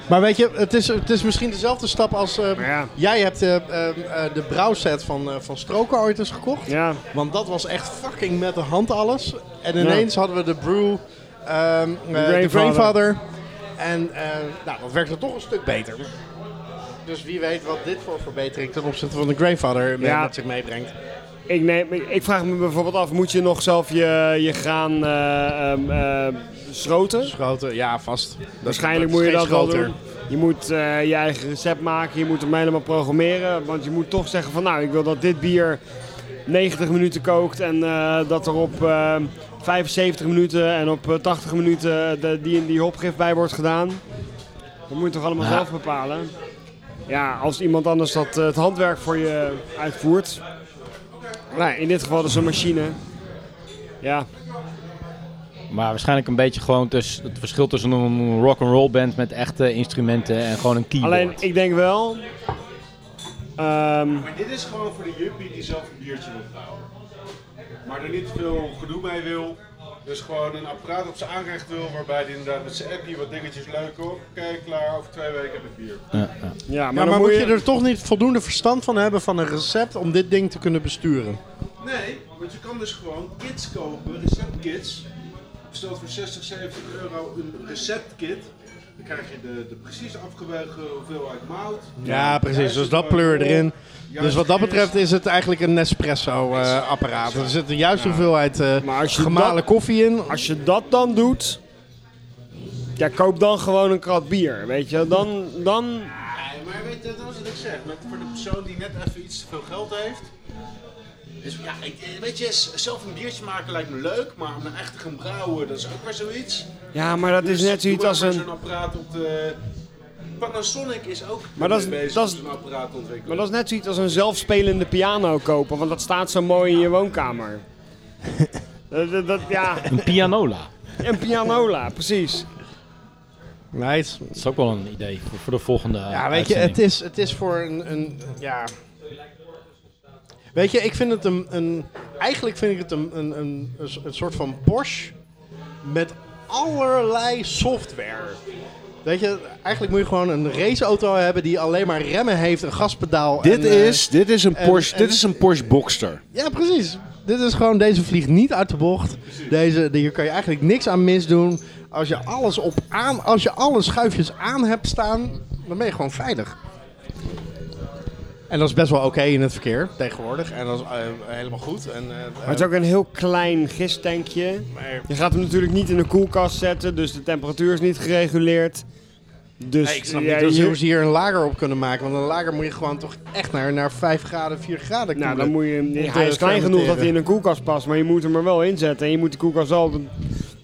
maar weet je, het is, het is misschien dezelfde stap als... eh,
maar ja,
Jij hebt eh, eh, eh, de brouwset van, eh van Stroker ooit eens gekocht.
ja.
Want dat was echt fucking met de hand alles. En
Ja.
ineens hadden we de brew, ehm eh, de
Brainfather.
Brainfather. En eh, nou, dat werkte toch een stuk beter. Dus wie weet wat dit voor verbetering ten opzichte van de Grainfather
Ja.
met zich meebrengt.
Ik, neem, ik, ik vraag me bijvoorbeeld af, moet je nog zelf je, je graan eh, ehm, eh, schroten?
Schroten, ja vast. Dat-
Waarschijnlijk
is
moet je
geen
dat wel
schroter.
doen. Je moet eh, je eigen recept maken, je moet hem helemaal programmeren. Want je moet toch zeggen van nou, ik wil dat dit bier 90 minuten kookt en eh, dat er op eh, 75 minuten en op eh, 80 minuten eh, de, die en die hopgif bij wordt gedaan. Dat moet je toch allemaal
Ja.
zelf bepalen. Ja, als iemand anders dat, eh, het handwerk voor je uitvoert. Nou, in dit geval dus een machine. Ja,
Maar waarschijnlijk een beetje gewoon tussen, het verschil tussen een rock'n'roll band met echte instrumenten en gewoon een keyboard.
alleen ik denk wel. ehm,
Maar dit is gewoon voor de juppie die zelf een biertje wil brouwen. Maar er niet veel gedoe mee wil. Dus gewoon een apparaat op zijn aanrecht wil, waarbij die inderdaad met zijn appje wat dingetjes leuk hoor. Kijk, klaar, over twee weken heb ik bier.
ja, maar,
Ja,
dan dus-
maar moet je er toch niet voldoende verstand van hebben van een recept om dit ding te kunnen besturen?
Nee, want je kan dus gewoon kits kopen, receptkits. Besteld voor 60, 70 euro een receptkit. Dan krijg je de, de precies afgewegen hoeveelheid mout.
Ja, precies. Dus dat pleur erin. Dus wat dat betreft is het eigenlijk een Nespresso-apparaat. er zit de juiste hoeveelheid eh,
Maar als je
gemalen
dat-
koffie in.
Als je dat dan doet, ja, koop dan gewoon een krat bier, weet je. Dan, dan
Nee, maar weet je, dat is wat ik zeg. Met, voor de persoon die net even iets te veel geld heeft. Dus ja, ik, weet je, s- zelf een biertje maken lijkt me leuk, maar om nou echt te gaan brouwen, dat is ook weer zoiets.
ja, maar dat is
Dus doe
net zoiets
maar
als
maar
een...
zo'n apparaat op de... Panasonic is ook
Maar dat is-
mee bezig
dat
om
is-
zo'n apparaat te ontwikkelen.
Maar dat is net zoiets als een zelfspelende piano kopen, want dat staat zo mooi in je woonkamer. dat, dat- dat- ja,
Een pianola.
een pianola, precies.
Nice.
Dat is ook wel een idee voor, voor de volgende
Ja, weet je, het is, het is voor een, een... Ja... Weet je, ik vind het een... een eigenlijk vind ik het een, een, een, een s- een soort van Bosch met allerlei software. Weet je, eigenlijk moet je gewoon een raceauto hebben die alleen maar remmen heeft, een gaspedaal.
Dit,
en, eh,
is, dit is een
en-
Porsche,
en-
dit is een Porsche Boxster.
Ja, precies. Dit is gewoon, deze vliegt niet uit de bocht. Deze, hier kan je eigenlijk niks aan misdoen. Als je alles op aan, als je alle schuifjes aan hebt staan, dan ben je gewoon veilig. En dat is best wel oké in het verkeer tegenwoordig. En dat is eh, helemaal goed. En, eh,
Maar het is ook een heel klein gistankje.
maar-
Je gaat hem natuurlijk niet in de koelkast zetten, dus de temperatuur is niet gereguleerd. Dus
Nee, ik snap
ja,
niet dat ze-
je-
eh, hoe ze hier een lager op kunnen maken. Want een lager moet je gewoon toch echt naar, naar 5 graden, 4 graden
Nou,
koelen.
dan moet je hem. eh,
Om te
hij is klein genoeg dat hij
fermenteren.
in een koelkast past, maar je moet hem er wel inzetten. En je moet die koelkast wel op een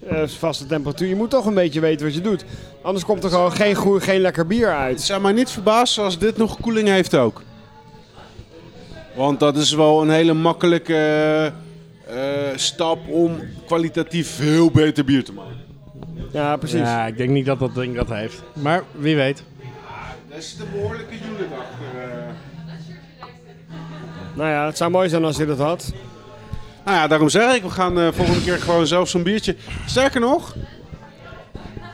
eh, vaste temperatuur. Je moet toch een beetje weten wat je doet. Anders komt er gewoon geen, goe- geen lekker bier uit.
zou mij niet verbazen als dit nog koeling heeft ook. Want dat is wel een hele makkelijke eh, eh, stap om kwalitatief veel beter bier te maken.
Ja, precies.
Ja, ik denk niet dat dat ding dat heeft. Maar wie weet.
Daar zit een behoorlijke unit achter.
Nou ja, het zou mooi zijn als je dat had.
Nou ja, daarom zeg ik, we gaan eh volgende keer gewoon zelf zo'n biertje. Sterker nog,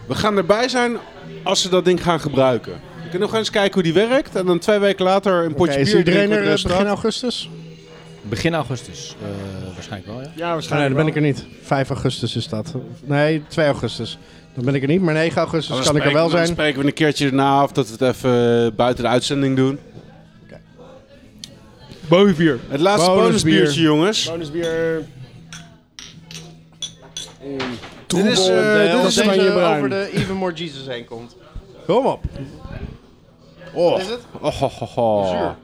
we gaan erbij zijn als ze dat ding gaan gebruiken. We kunnen nog eens kijken hoe die werkt en dan twee weken later een potje
Oké, is
bier
iedereen
drinken met de
er eh,
rest
begin
af.
augustus?
Begin augustus, eh, waarschijnlijk wel, ja.
Ja,
Ah, nee,
waarschijnlijk.
dan ben ik er niet. 5 augustus is dat. Nee, 2 augustus. Dan ben ik er niet, maar 9 augustus
Oh, Dan
kan ik er
spreken-
wel
Dan
zijn.
spreken we een keertje erna af dat we het even eh, buiten de uitzending doen.
Bovenbier.
Het laatste
Bonusbier.
bonusbiertje, jongens.
Bonusbier.
Dit is, eh,
en de
dit is
helft.
een-
Spanje bruin.
over de Even More Jesus heen komt. Kom op.
Oh.
Is het?
Oh, oh, oh, oh.
Zuur.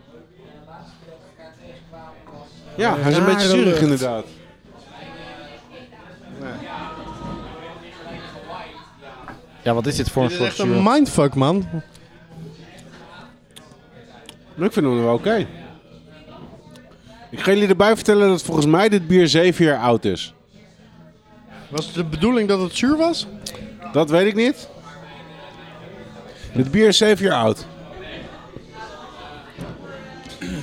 Ja, hij is een
Rare
beetje zuurig
lucht.
inderdaad.
Ja, wat is dit voor een
Dit is
soort
echt een
zuur?
mindfuck, man.
Ik vind hem wel oké. Ik ga jullie erbij vertellen dat volgens mij dit bier 7 jaar oud is.
Was het de bedoeling dat het zuur was?
Dat weet ik niet. Dit bier is 7 jaar oud.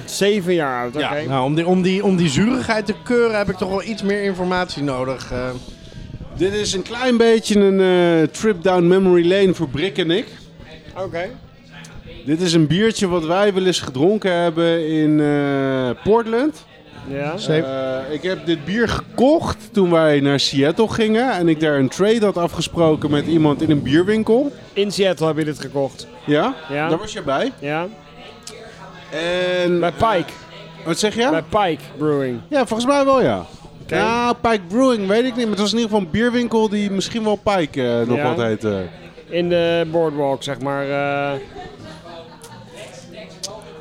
Zeven jaar oud, oké.
Nou, om die, om, die, om die zuurigheid te keuren heb ik toch wel iets meer informatie nodig. eh.
Dit is een klein beetje een eh, trip down memory lane voor Brik en ik.
Oké.
Dit is een biertje wat wij wel eens gedronken hebben in eh, Portland.
Ja.
Eh, ik heb dit bier gekocht toen wij naar Seattle gingen. En ik daar een trade had afgesproken met iemand in een bierwinkel.
In Seattle heb je dit gekocht.
Ja,
Ja.
daar was je bij.
Ja.
En...
Bij Pike.
Wat zeg je?
Bij Pike Brewing.
Ja, volgens mij wel ja.
Oké.
Ja, Pike Brewing, weet ik niet. Maar het was in ieder geval een bierwinkel die misschien wel Pike eh, nog
Ja.
wat heette.
In de boardwalk, zeg maar. eh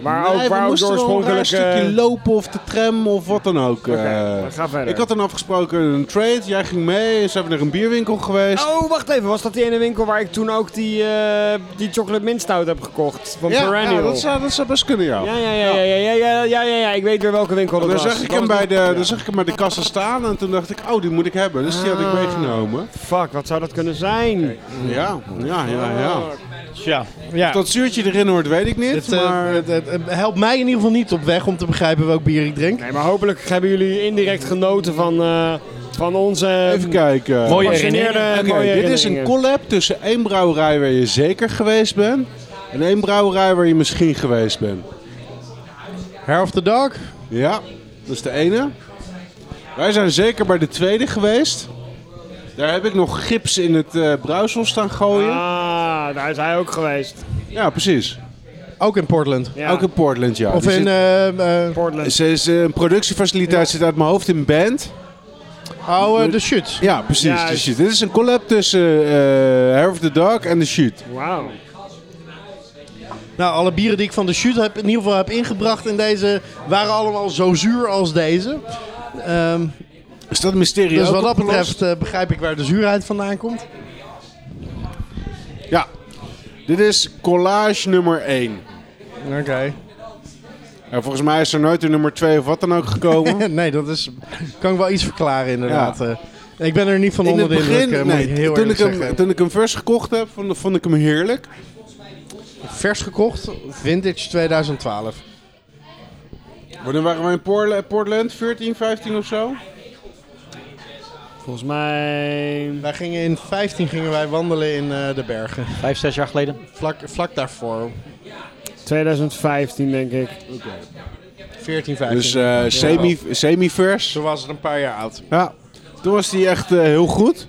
waar
nee,
ook, waar
we
ook eh, de
moesten wel een raar
oorspronkelijke...
stukje lopen of de tram of wat dan ook.
Oké,
eh.
maar ga verder.
ik had dan afgesproken een trade, jij ging mee, zijn we naar een bierwinkel geweest.
Oh, wacht even. Was dat die ene winkel waar ik toen ook die, eh, die chocolate mint stout heb gekocht? Van
ja,
Perennial.
ja, dat zou, dat zou best kunnen ja.
Ja, ja, ja, ja, ja, ja, ja, ja, ja, ik weet weer welke winkel dat
Daar
was.
zag, ik hem bij de, daar zag ik hem bij de kassa staan en toen dacht ik, oh die moet ik hebben. Dus die had ik
Ah.
meegenomen.
Fuck, wat zou dat kunnen zijn?
Ja, ja, ja. ja.
Tja.
Ah.
Of dat zuurtje erin hoort weet ik niet.
Het, eh,
maar
het, het, het helpt mij in ieder geval niet op weg om te begrijpen welk bier ik drink.
Nee, maar hopelijk hebben jullie indirect genoten van, eh, van onze...
even kijken.
Mooie
gepassioneerde
Oké,
mooie
dit is een
herinneringen.
collab tussen één brouwerij waar je zeker geweest bent en één brouwerij waar je misschien geweest bent.
Hair of the Dog.
Ja, dat is de ene. Wij zijn zeker bij de tweede geweest. Daar heb ik nog gips in het eh bruisel staan gooien.
Ah, daar is hij ook geweest.
Ja, precies.
Ook in Portland.
Ja.
Ook in Portland, ja.
Of
Die
in...
zit-
eh, eh,
Portland.
ze is eh, een productiefaciliteit zit uit mijn hoofd in Band.
oh, eh, de Shoots.
Ja, precies.
Juist.
de shoot. Dit is een collab tussen eh Hair of the Dog en The Shoot.
Wauw.
Nou, alle bieren die ik van de shoot heb, in ieder geval heb ingebracht in deze, waren allemaal zo zuur als deze. Ehm,
Is dat mysterie
dus
ook
wat dat
opgelost?
betreft eh, begrijp ik waar de zuurheid vandaan komt.
Ja. Dit is collage nummer 1.
Oké.
En volgens mij is er nooit een nummer 2 of wat dan ook gekomen.
nee, dat is, kan ik wel iets verklaren inderdaad.
Ja.
Eh, ik ben er niet van
In
onder
het
de indruk,
begin,
eh, moet
nee,
ik heel
toen,
eerlijk
ik
zeggen.
hem, toen ik hem vers gekocht heb, vond, vond ik hem heerlijk.
Vers gekocht, vintage 2012.
Wanneer waren wij in Portla- Portland? 14, 15 of zo?
Volgens mij...
Wij gingen in 15 gingen wij wandelen in eh, de bergen.
Vijf, zes jaar geleden?
Vlak, vlak daarvoor.
2015, denk ik.
14, 15.
Dus eh, semi, semi-vers.
Zo was het een paar jaar oud.
Ja. Toen was hij echt eh, heel goed.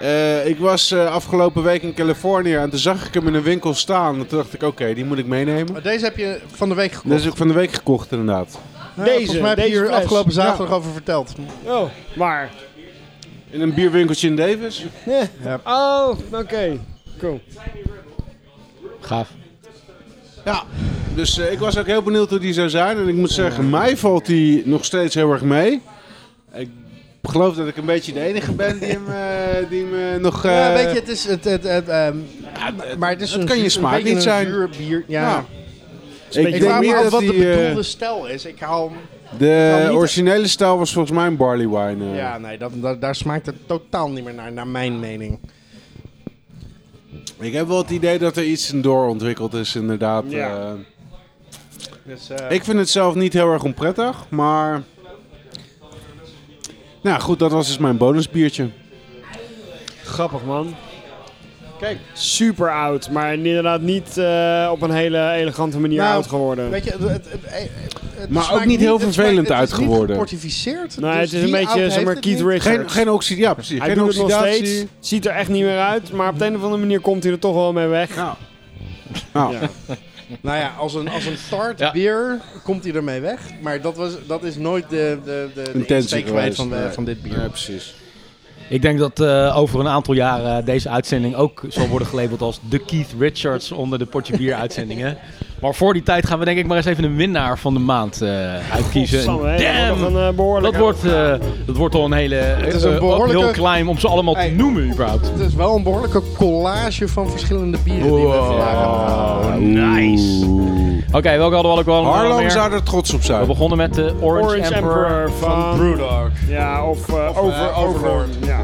Eh, ik was eh, afgelopen week in Californië en toen zag ik hem in een winkel staan. En toen dacht ik, oké, die moet ik meenemen.
Maar deze heb je van de week
Dat
gekocht.
is ook van de week gekocht inderdaad.
Ja,
Deze,
Volgens mij heb je
deze
hier
fles.
afgelopen zaterdag over verteld.
Oh, waar?
In een bierwinkeltje in Davis.
Ja. Oh, oké. Cool.
Gaaf.
Ja, dus eh, ik was ook heel benieuwd hoe die zou zijn. En ik moet zeggen, mij valt die nog steeds heel erg mee. Ik geloof dat ik een beetje de enige ben die hem, eh, die hem eh, nog... eh,
ja, weet je, het is... Het, het, het, ehm, maar het is
het
een
kan je
zuur-
smaak
een beetje
niet
een
zijn.
zuur bier, ja.
Ja.
Ik,
Ik denk
vraag me
meer
af
dat
wat de
die, eh,
bedoelde stijl is. Ik haal... Nou,
de
niet-
originele stijl was volgens mij een barley wine. eh.
Ja, nee, dat, dat- daar smaakt het totaal niet meer naar, naar mijn mening.
Ik heb wel het idee dat er iets in doorontwikkeld is, inderdaad. eh.
Ja.
Dus, eh,
Ik vind het zelf niet heel erg onprettig, maar... Nou goed, dat was dus mijn bonusbiertje.
Grappig, man.
Kijk.
Super oud, maar inderdaad niet eh, op een hele elegante manier
Nou,
oud geworden.
Weet je, het, het, het- eh, het
Maar
smaakt
ook niet heel
het smaakt-
vervelend
het is
uit geworden.
Niet geportificeerd.
nee,
dus
het is een
die
beetje,
oudheid
zeg maar,
heeft het
Keith
niet.
Richards.
Geen, geen oxidatie, ja precies.
hij
geen
doet het nog
oxidatie.
steeds, ziet er echt niet meer uit, maar op de een of andere manier komt hij er toch wel mee weg.
Nou. Nou.
Ja.
Nou ja, als een, als een tart
Ja.
bier komt hij ermee weg. Maar dat, was, dat is nooit de, de, de, de
Intentie
insteek
geweest,
geweest van, de-
nee.
van dit bier.
Ja, precies.
Ik denk dat eh, over een aantal jaar eh, deze uitzending ook zal worden gelabeld als de Keith Richards onder de potje bier uitzendingen. Maar voor die tijd gaan we denk ik maar eens even een winnaar van de maand eh, uitkiezen.
Sam, hè, dat wordt
Damn!
nog een eh, behoorlijk.
Dat wordt, eh, dat wordt al een hele
Het
eh
is een
eh,
behoorlijke-
uphill climb om ze allemaal te
Hey.
noemen überhaupt.
Het is wel een behoorlijke collage van verschillende bieren die we vandaag hebben gehaald.
nice. Oké, welke hadden we ook wel
Harlem
meer?
zou er trots op
We
zijn.
begonnen met de Orange,
Orange
Emperor.
Emperor van.
Brewdog.
Ja, of, eh, over,
eh,
Overlord.
Overlord.
Ja.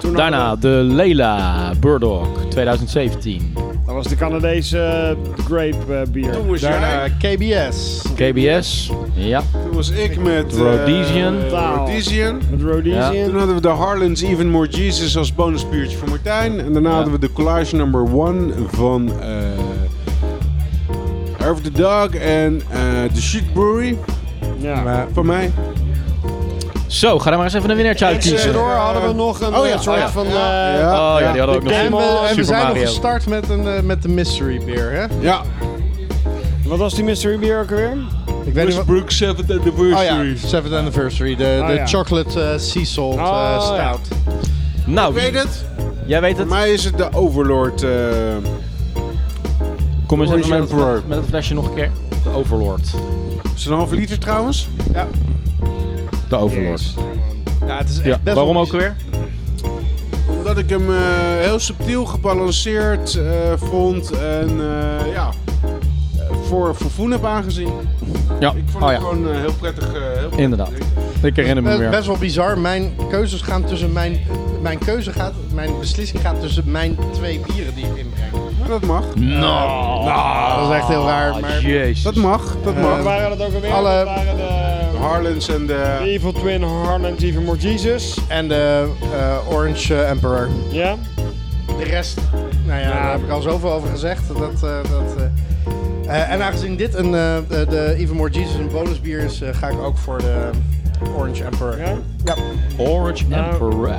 Toen
Daarna
hadden
de Leila Burdock 2017.
we- Dat was de Canadese eh, grape eh, bier.
Daarna,
Daarna KBS.
KBS. Ja.
toen was ik met... eh,
Rhodesian.
Rhodesian.
Met Rhodesian.
Ja.
Toen hadden we de Harlan's Even More Jesus als bonusbiertje van Martijn. En daarna
Ja.
hadden we de collage number one van eh Earth the Dog en eh de Sheet Brewery
Ja.
van mij.
Zo, ga er maar eens even een winnaartje uitkiezen.
Tussendoor hadden we nog een
Oh ja,
eh, soort
oh ja.
van... eh,
Oh ja, die hadden we ook nog.
En we, en we
Super
zijn nog
Mario.
gestart met, een, eh, met de mystery beer, hè?
Ja,
Wat was die mystery beer ook alweer?
Ik weet niet wat...
Westbrook 7th
Oh
Anniversary.
ja, 7th Anniversary, de,
Oh
de
ja.
chocolate eh, sea salt eh,
Oh ja.
stout.
Nou,
Ik weet het.
jij weet
Voor
het.
mij is het de Overlord. eh,
Kom eens even
Orange
met,
Emperor.
het- met het flesje nog een keer. De Overlord.
is het een halve liter trouwens?
De Overlord.
Ja, het is echt
Ja.
best
Waarom
wel-
ook weer?
Omdat ik hem eh, heel subtiel gebalanceerd eh, vond en eh, ja, eh, voor vervoen heb aangezien.
Ja.
Ik vond
Oh
het
ja,
gewoon eh, heel prettig. eh, heel prettig
Inderdaad.
drinken.
ik herinner me
Best,
weer.
best wel bizar. Mijn keuzes gaan tussen mijn... Mijn keuze gaat... Mijn beslissing gaat tussen mijn twee bieren die ik inbreng.
Maar dat mag.
Dat is echt heel raar, maar...
Nou, Jezus.
Dat mag. Dat
Wat
mag.
waren dat ook alweer?
alle-
Dat waren de...
Harlands en
de
de.
Evil Twin, Harland, Even More Jesus.
En de eh, Orange eh, Emperor.
Ja?
De rest, nou ja, daar heb ik al zoveel over gezegd. Dat, eh, dat, eh, eh, en aangezien dit een, eh, eh, de Even More Jesus een bonusbier is, eh, ga ik ook voor de Orange Emperor.
Ja?
Orange
Nou.
Emperor.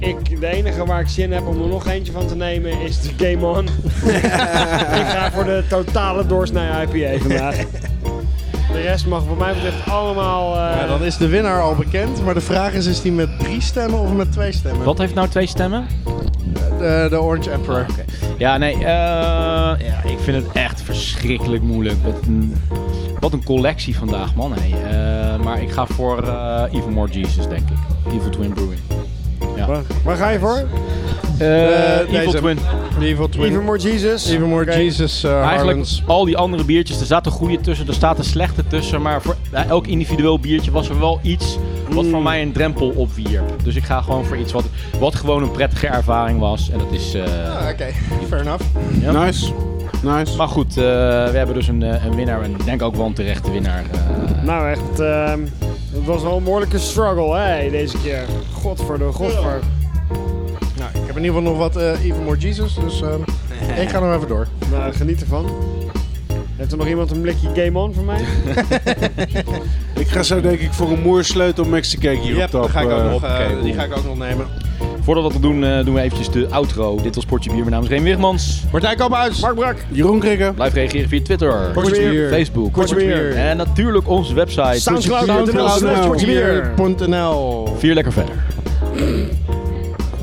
Ik, de enige waar ik zin heb om er nog eentje van te nemen is de Game On. ik ga voor de totale doorsnij IPA vandaag. De rest mag voor mij betreft allemaal... eh,
Ja, dan is de winnaar al bekend, maar de vraag is: is die met drie stemmen of met twee stemmen?
Wat heeft nou twee stemmen?
De, de Orange Emperor.
Ja, nee. eh, ja, ik vind het echt verschrikkelijk moeilijk. Wat een, wat een collectie vandaag, man. hé. Eh, maar ik ga voor eh Even More Jesus, denk ik. Evil Twin Brewing.
Waar, waar ga je voor?
Eh, Evil
deze.
Twin.
De Evil Twin.
Even More Jesus.
Even More Jesus eh,
Eigenlijk
Harlands.
al die andere biertjes, er staat een goede tussen, er staat een slechte tussen. Maar voor eh, elk individueel biertje was er wel iets wat voor mij een drempel opwierp. Dus ik ga gewoon voor iets wat, wat gewoon een prettige ervaring was. En dat is... eh,
Ah, Oké, fair enough.
Nice. Nice.
Maar goed, eh, we hebben dus een, eh, een winnaar. En ik denk ook wel een terechte winnaar. eh.
Nou echt, ehm, het was wel een behoorlijke struggle hè, deze keer. Godver de godver.
Nou, ik heb in ieder geval nog wat eh, Even More Jesus, dus ehm, ik ga nog even door.
Nou, geniet ervan. Heeft er nog iemand een blikje Game On voor mij?
Ik ga zo denk ik voor een moersleutel Mexicake hier op
Yep,
tap.
die ga ik ook
eh,
nog, eh,
opkijken.
die ga ik ook nog nemen.
Voordat we dat doen, eh, doen we eventjes de outro. Dit was Portje Bier. Mijn naam is Reen Wigmans.
Martijn, kom uit!
Mark Brak,
Jeroen Krikken.
Blijf reageren via Twitter,
Portje Bier.
Facebook
Portje Bier.
en natuurlijk onze website.
Soundcloud.nl slash Portje Bier.
Bier.nl.
Vier lekker verder.